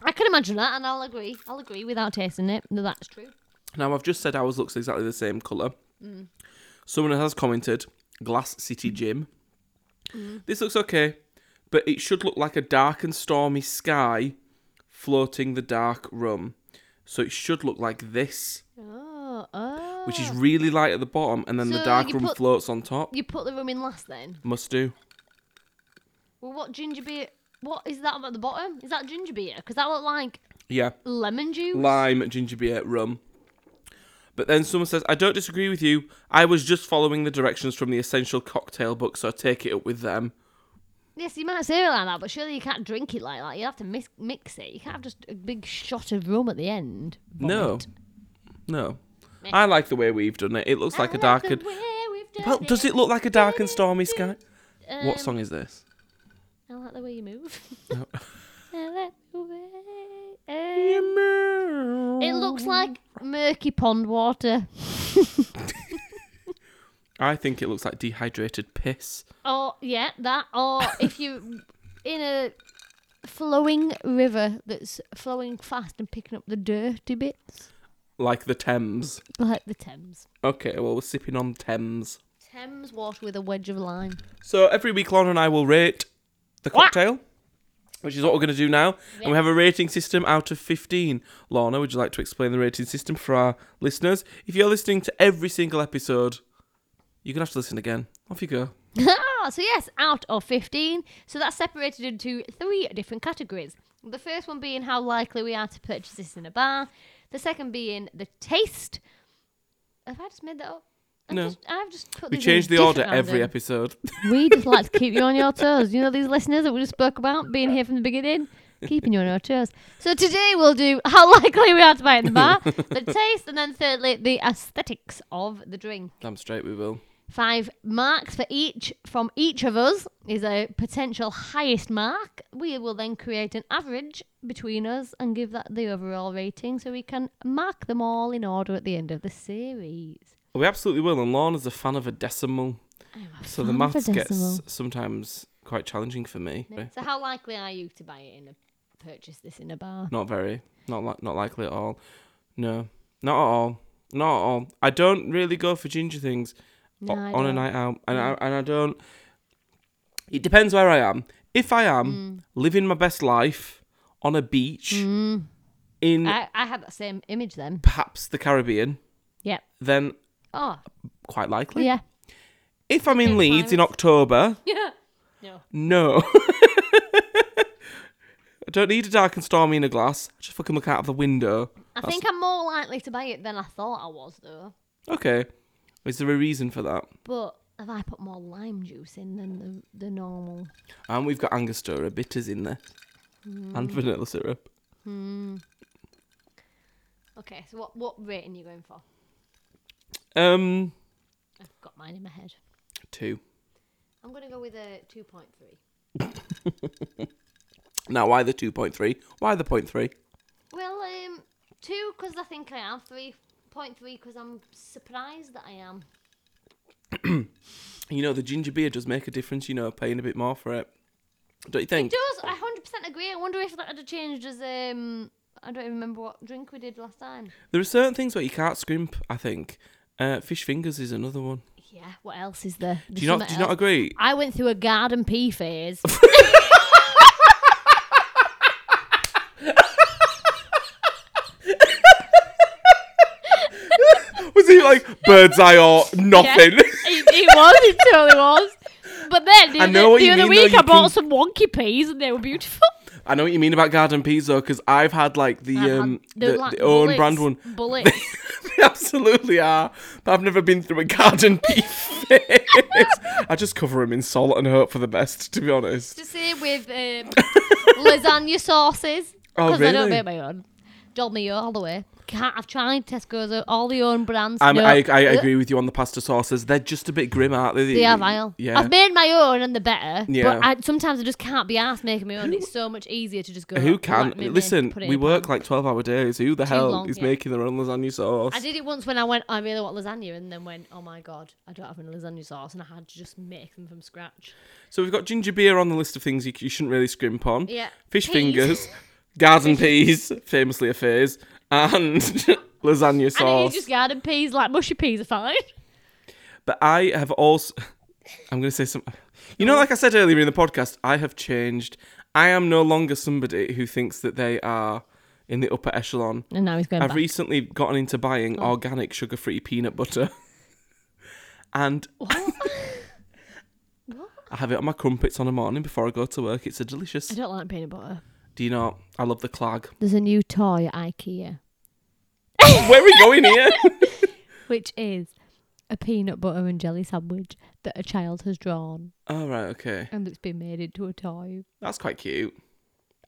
I can imagine that, and I'll agree. I'll agree without tasting it. No, that's true. Now, I've just said ours looks exactly the same colour. Mm. Someone has commented Glass City Gym. Mm. This looks okay, but it should look like a dark and stormy sky floating the dark rum. so it should look like this, Oh, oh. which is really light at the bottom, and then the So dark you rum put- floats on top. you put the rum in last then. Must do. Well, what ginger beer? What is that at the bottom? Is that ginger beer? Because that looked like Yeah. lemon juice. lime, ginger beer, rum. But then someone says, I don't disagree with you. I was just following the directions from the essential cocktail book, so take it up with them. Yes, you might say it like that, but surely you can't drink it like that. You have to mix, mix it. You can't have just a big shot of rum at the end. No. No. I like the way we've done it. It looks like a dark and. Well, does it look like a dark and stormy sky? What song is this? Um, I like the way you move. No. (laughs) I like the way- um, it looks like murky pond water. I think it looks like dehydrated piss. Or yeah, that. Or if you in a flowing river that's flowing fast and picking up the dirty bits, Like the Thames. like the Thames. Okay, well, we're sipping on Thames. Thames water with a wedge of lime. So every week, Lorna and I will rate the Wah. cocktail, which is what we're going to do now. And we have a rating system out of 15. Lorna, would you like to explain the rating system for our listeners? If you're listening to every single episode, you're going to have to listen again. Off you go. Ah, (laughs) so yes, out of 15. So that's separated into three different categories. The first one being how likely we are to purchase this in a bar. The second being the taste. Have I just made that up? I've No. Just, I've just put We these in change the order different every order. episode. (laughs) We just like to keep you on your toes. You know these listeners that we just spoke about being here from the beginning? Keeping you on your toes. So today we'll do how (laughs) likely we are to buy it in the bar, the taste, and then thirdly, the aesthetics of the drink. Damn straight we will. Five marks for each from each of us is a potential highest mark. We will then create an average between us and give that the overall rating so we can mark them all in order at the end of the series. We absolutely will. And Lorna's a fan of a decimal. So the fan of a maths gets decimal. sometimes quite challenging for me. So how likely are you to buy it in a purchase this in a bar? Not very. Not li- not likely at all. No, not at all. Not at all. I don't really go for ginger things o- No, on I a don't. Mm. night out, and I and I don't. It depends where I am. If I Mm. am living my best life on a beach in Mm. I, I had that same image then. perhaps the Caribbean, Yep. then Oh, quite likely. yeah. If I'm in Leeds in October, (laughs) Yeah. No. no. (laughs) I don't need a dark and stormy in a glass. I just fucking look out of the window. I think I'm more likely to buy it than I thought I was though. Okay. Is there a reason for that? But have I put more lime juice in than the, the normal? And we've got Angostura bitters in there. Hmm. And vanilla syrup. Okay, so what, what rating are you going for? Um I've got mine in my head. two. I'm going to go with a 2.3. Now why the two point three? Why the point three? Well, um, 2 because I think I am, 3.3 because I'm surprised that I am. You know, the ginger beer does make a difference, you know, paying a bit more for it. Don't you think? Does, I 100% agree. I wonder if that had changed as, um, I don't even remember what drink we did last time. There are certain things where you can't scrimp, I think. Uh, fish fingers is another one. Yeah, what else is there? Do you not do you not agree? I went through a garden (laughs) pea phase. Was it (laughs) like bird's eye or nothing? (laughs) Yeah, it, it was. It totally was. But then the, I other- know what the you other mean, though, week you I bought can- some wonky peas and they were beautiful. I know what you mean about garden peas though, because I've had like (laughs) the I've had- um they're the, like the own bullets- brand one. Bullets. (laughs) They absolutely are. But I've never been through a garden (laughs) pea phase. I just cover them in salt and hope for the best, to be honest. to say with (laughs) um, lasagna sauces. Oh, Because I really? don't make my own. Dolmio all the way. Can't, I've tried Tesco's, uh, all the own brands. I'm, no. Um, I, I Ugh, agree with you on the pasta sauces. They're just a bit grim, aren't they? They are vile. Yeah. I've made my own and they're better. Yeah. But I, sometimes I just can't be asked making my own. It's so much easier to just go. Who "Let can? me make- Listen, put it we in a work pan." like 12 hour days. Who the hell long, is yeah. making their own lasagna sauce? I did it once when I went, I really want lasagna, and then went, oh my god, I don't have any lasagna sauce, and I had to just make them from scratch. So we've got ginger beer on the list of things you, you shouldn't really scrimp on. Yeah. Fish Peas. (laughs) fingers, garden peas, famously a phase, and (laughs) lasagna And it sauce. is just garden peas, like mushy peas are fine. (laughs) But I have also. (laughs) I'm going to say something. You know, like I said earlier in the podcast, I have changed. I am no longer somebody who thinks that they are in the upper echelon. And now he's going I've back. recently gotten into buying organic sugar free peanut butter. (laughs) and (laughs) What? I have it on my crumpets on a morning before I go to work. It's a delicious. I don't like peanut butter. Do you know? I love the (laughs) clag. There's a new toy at IKEA, Where are we going here? (laughs) which is a peanut butter and jelly sandwich that a child has drawn All right, okay. and that's been made into a toy. That's quite cute.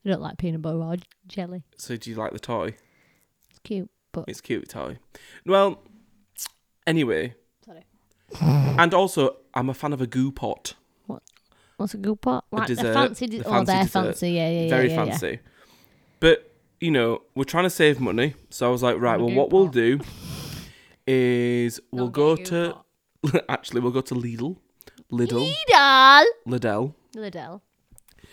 I don't like peanut butter or jelly. So, do you like the toy? It's cute, but It's a cute toy. Well, anyway, sorry. (laughs) and also, I'm a fan of a goo pot. What's a good pot? Like the dessert, fancy, di- the oh, fancy they're dessert. fancy, yeah, yeah, yeah, Very yeah, yeah. fancy. But you know, we're trying to save money, so I was like, right, a well, goo what we'll pot. do is we'll Don't go get a goo to (laughs) actually we'll go to Lidl, Lidl, Lidl. Lidl, Lidl.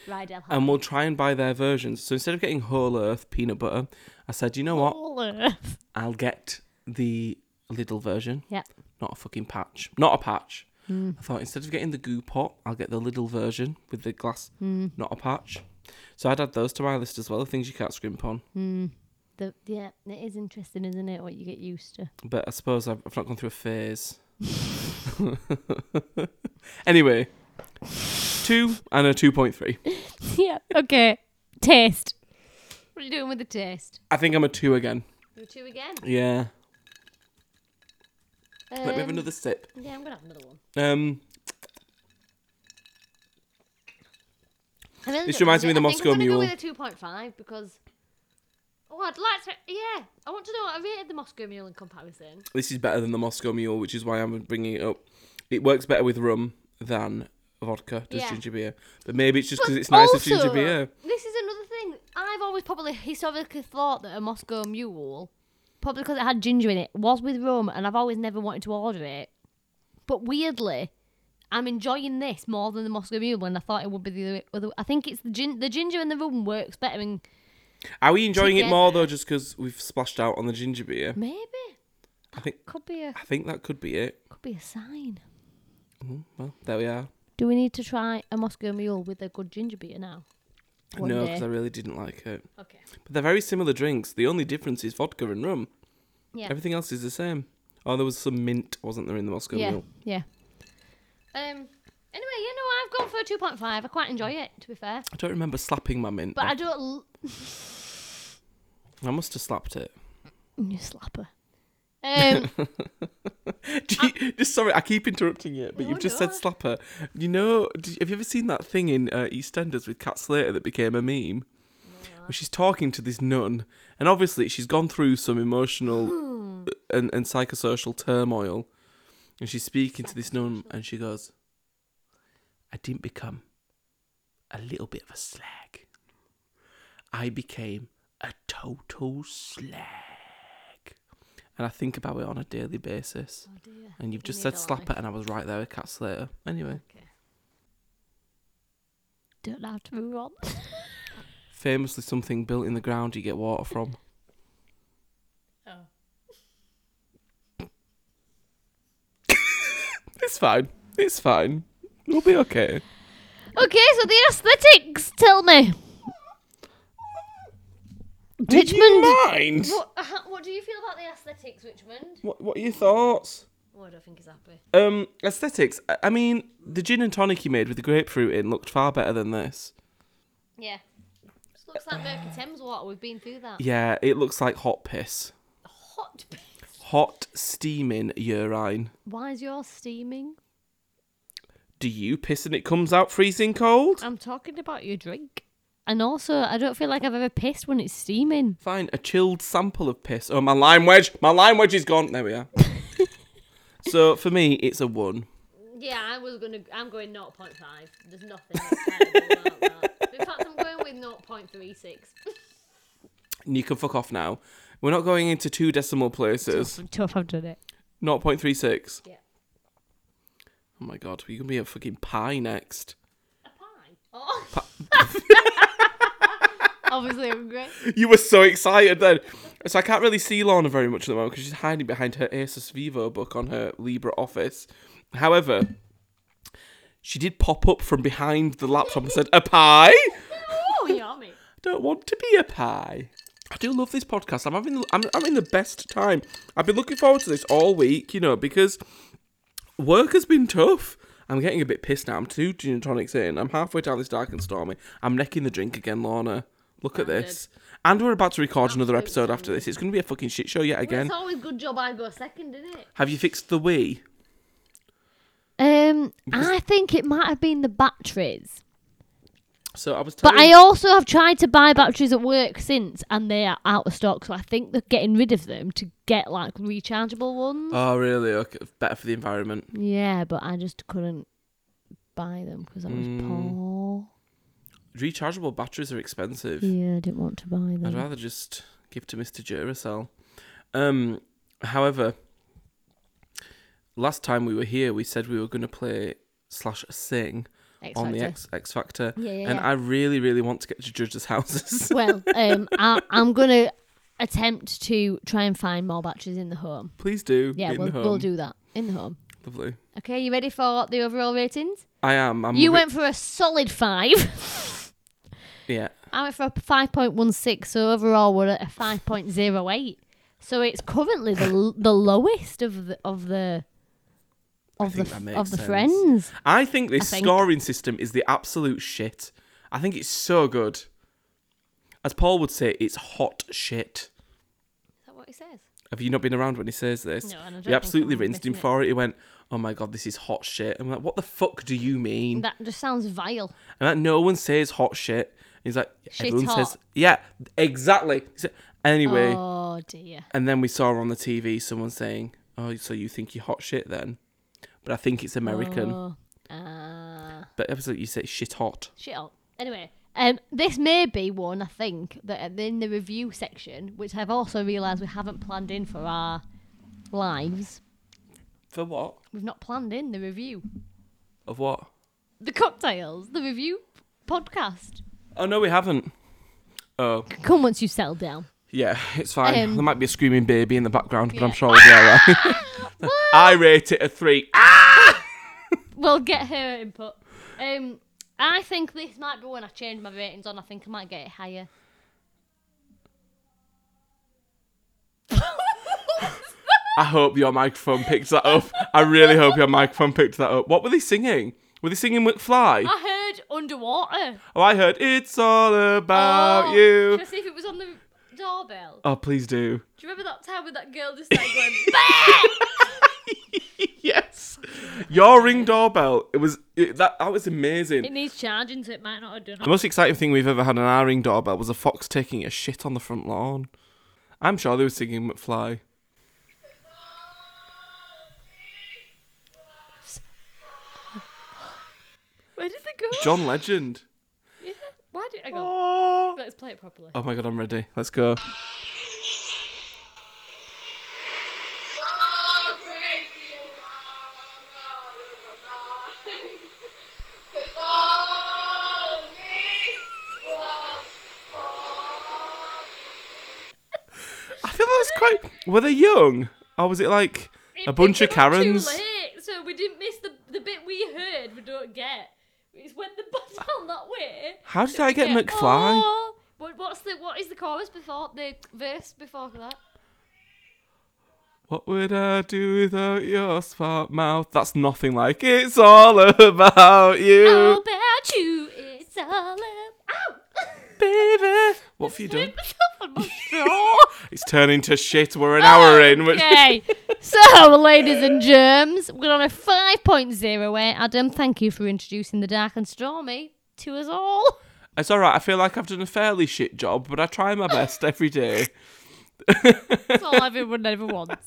Rydell. and we'll try and buy their versions. So instead of getting whole earth peanut butter, I said, you know what, All Earth. I'll get the Lidl version. Yeah. Not a fucking patch. Not a patch. I thought instead of getting the goo pot, I'll get the Lidl version with the glass, not a patch. So I'd add those to my list as well, things you can't scrimp on. Mm-hmm. The, yeah, it is interesting, isn't it? What you get used to. But I suppose I've, I've not gone through a phase. (laughs) anyway, two and a 2.3. (laughs) yeah. Okay. Taste. What are you doing with the taste? I think I'm a two again. You two again. Yeah. Let Um, me have another sip. Yeah, I'm gonna have another one. Um, This reminds me of the Moscow I'm Mule. gonna go with a two point five because. Oh, I'd like to. Yeah, I want to know what I rated the Moscow Mule in comparison. this is better than the Moscow Mule, which is why I'm bringing it up. It works better with rum than vodka, does Yeah. ginger beer. But maybe it's just because But it's nice with also, uh, ginger beer. This is another thing. I've always probably historically thought that a Moscow Mule, probably because it had ginger in it, was with rum, and I've always never wanted to order it. But weirdly, I'm enjoying this more than the Moscow Mule, and I thought it would be the other. I think it's the gin, the ginger and the rum works better, in Are we enjoying it more together. though, just because we've splashed out on the ginger beer? maybe I think could be a I think that could be it. could be a sign. Well, there we are. Do we need to try a Moscow Mule with a good ginger beer now? One no, day. because I really didn't like it. Okay. But they're very similar drinks. The only difference is vodka and rum. Yeah. Everything else is the same. Oh, there was some mint, wasn't there, in the Moscow yeah. Mule? Yeah. Um. Anyway, you know, I've gone for a two point five. I quite enjoy it, to be fair. I don't remember slapping my mint. But I I... don't. L- must have slapped it. you slapper. (laughs) Um. (laughs) Do you- Just sorry, I keep interrupting you, but No, you've just no. said slapper. You know, do you- have you ever seen that thing in uh, EastEnders with Cat Slater that became a meme? Where she's talking to this nun, and obviously she's gone through some emotional Hmm. and, and psychosocial turmoil, and she's speaking to this nun, and she goes, "I didn't become a little bit of a slag. I became a total slag." And I think about it on a daily basis. oh dear. And you've just need said a slap life. it, and I was right there with Cat Slater. Anyway, Don't know how to move on. famously, something built in the ground you get water from. Oh. It's fine. It's fine. We'll be okay. Okay, so the aesthetics. Tell me. Did you Richmond. mind? What, uh-huh, what do you feel about the aesthetics, Richmond? What, what are your thoughts? Oh, I don't think he's happy. Um, aesthetics. I- I mean, the gin and tonic he made with the grapefruit in looked far better than this. Yeah. Just looks like Mercury Thames water. We've been through that. Yeah, it looks like hot piss. Hot. p- Hot, steaming urine. Why is yours steaming? Do you piss and it comes out freezing cold? I'm talking about your drink. And also, I don't feel like I've ever pissed when it's steaming. Fine, a chilled sample of piss. Oh, my lime wedge. My lime wedge is gone. There we are. so for me, it's a one. Yeah, I was gonna. I'm going 0.5. There's nothing (laughs) terrible about that. In fact, I'm going with 0.36. And you can fuck off now. We're not going into two decimal places. Tough, I've done it. 0.36. Yeah. Oh my god, you can be a fucking pie next. A (laughs) pie. Oh. Obviously, I'm great. You were so excited then. So I can't really see Lorna very much at the moment because she's hiding behind her Asus Vivo book on her Libra office. However, she did pop up from behind the laptop and said, A pie? Oh, yummy. don't want to be a pie. I do love this podcast. I'm having I'm having the best time. I've been looking forward to this all week, you know, because work has been tough. I'm getting a bit pissed now. I'm two gin and tonics in. I'm halfway down this dark and stormy. I'm necking the drink again, Lorna. Look at this. And we're about to record another episode after this. It's going to be a fucking shit show yet again. It's always good job I go second, isn't it? Have you fixed the Wii? Um, I think it might have been the batteries, So I was but telling I also have tried to buy batteries at work since, and they are out of stock. So I think they're getting rid of them to get like rechargeable ones. Oh, really? Okay. Better for the environment. yeah, but I just couldn't buy them because I was Mm. poor. Rechargeable batteries are expensive. Yeah, I didn't want to buy I'd them. rather just give to Mr. Duracell. Um, however, last time we were here, we said we were going to play slash sing X on the Factor. X X Factor, Yeah, yeah, and yeah. I (laughs) really, really want to get to judges' (laughs) houses. well, um, I, I'm gonna attempt to try and find more batteries in the home. Please do. Yeah, in we'll, the home. we'll do that in the home. Lovely. Okay, you ready for the overall ratings? I am. I'm you re- went for a solid five. (laughs) Yeah. I went for a 5.16, so overall we're at a 5.08. So it's currently the l- the lowest of the of the of the think that f- makes of the sense. friends. I think this I think- scoring system is the absolute shit. I think it's so good. As Paul would say, it's hot shit. Is that what it says? Have you not been around when he says this? No, and I don't we think absolutely I'm rinsed him admitting it. for it. He went, "Oh my god, this is hot shit." I'm like, "What the fuck do you mean?" That just sounds vile. And like, no one says hot shit. He's like, Shit's "Everyone hot." says, yeah, exactly." He said- Anyway, Oh dear. and then we saw on the TV someone saying, "Oh, so you think you're hot shit then?" But I think it's American. Oh, ah. But absolutely, you say shit hot. Shit up. Anyway, um, this may be one I think that uh, in the review section, which I've also realised we haven't planned in for our lives. For what? We've not planned in the review, Of what? the cocktails, the review podcast. Oh no, we haven't. Oh Come once you settle down. yeah, it's fine. Um, there might be a screaming baby in the background, but I'm yeah. sure we'll be (laughs) (laughs) alright. I rate it a three. We'll get her input. Um, I think this might be when I change my ratings on. I think I might get it higher. I hope your microphone picks that up. I really hope your microphone picked that up. What were they singing? Were they singing McFly? I heard underwater. Oh, I heard it's all about Oh, you. Should I see if it was on the doorbell? Oh, please do. Do you remember that time when that girl just started going? (laughs) "Bah!" Yes. Your ring doorbell. It was it, that. That was It amazing. needs charging, so it might not have done. The most exciting thing we've ever had on our ring doorbell was a fox taking a shit on the front lawn. I'm sure they were singing McFly. Where did they go? John Legend. Yeah. Why did I go? Oh. Let's play it properly. Oh my god, I'm ready. Let's go. I feel that was quite. Were they young? Or was it like a It bunch of picked it up Karens? Too late, so we didn't miss the the bit we heard. We don't get. It's when (laughs) the bus down that way. How did that I we get McFly? Oh, what, what's the what is the chorus before the verse before that? What would I do without your smart mouth? That's nothing like it's all about How you, about you? It's all about. (laughs) baby. What have you done? (laughs) done? It's turning to shit. We're an hour in. Oh, Which... (laughs) Okay, so ladies and germs, we're on a 5.08. Adam, thank you for introducing the dark and stormy to us (laughs) all. It's all right. I feel like I've done a fairly shit job, but I try my best every day. That's all everyone ever wants.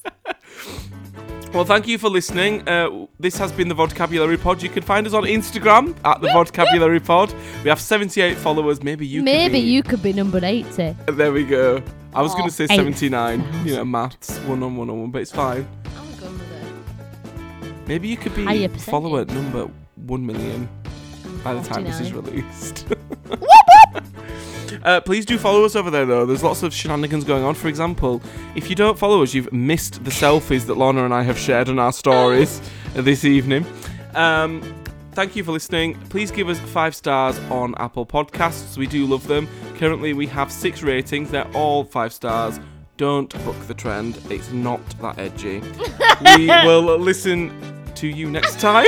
Well, thank you for listening. Uh, this has been the Vodcabulary Pod. You can find us on Instagram at the Vodcabulary Pod. We have 78 followers. Maybe you. could Maybe be- you could be number 80. There we go. I was going Aw, to say eight 79. You know, maths one on one on one, but it's fine. I'm going with it. Maybe you could be Higher follower number one million by the time this is 49. released. Uh, please do follow us over there, though. There's lots of shenanigans going on. For example, if you don't follow us, you've missed the selfies that Lorna and I have shared on our stories this evening. Um, Thank you for listening. Please give us five stars on Apple Podcasts. We do love them. Currently, we have six ratings. They're all five stars. Don't book the trend. It's not that edgy. we will listen to you next time.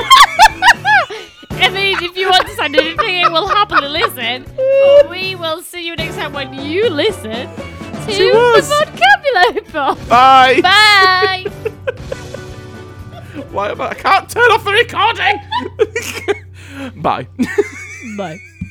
I mean, if you want to send anything, it will happily listen. But we will see you next time when you listen to, us. the vocabulary pod. Bye. Bye. Why am I? I can't turn off the recording. (laughs) Bye. (laughs) Bye.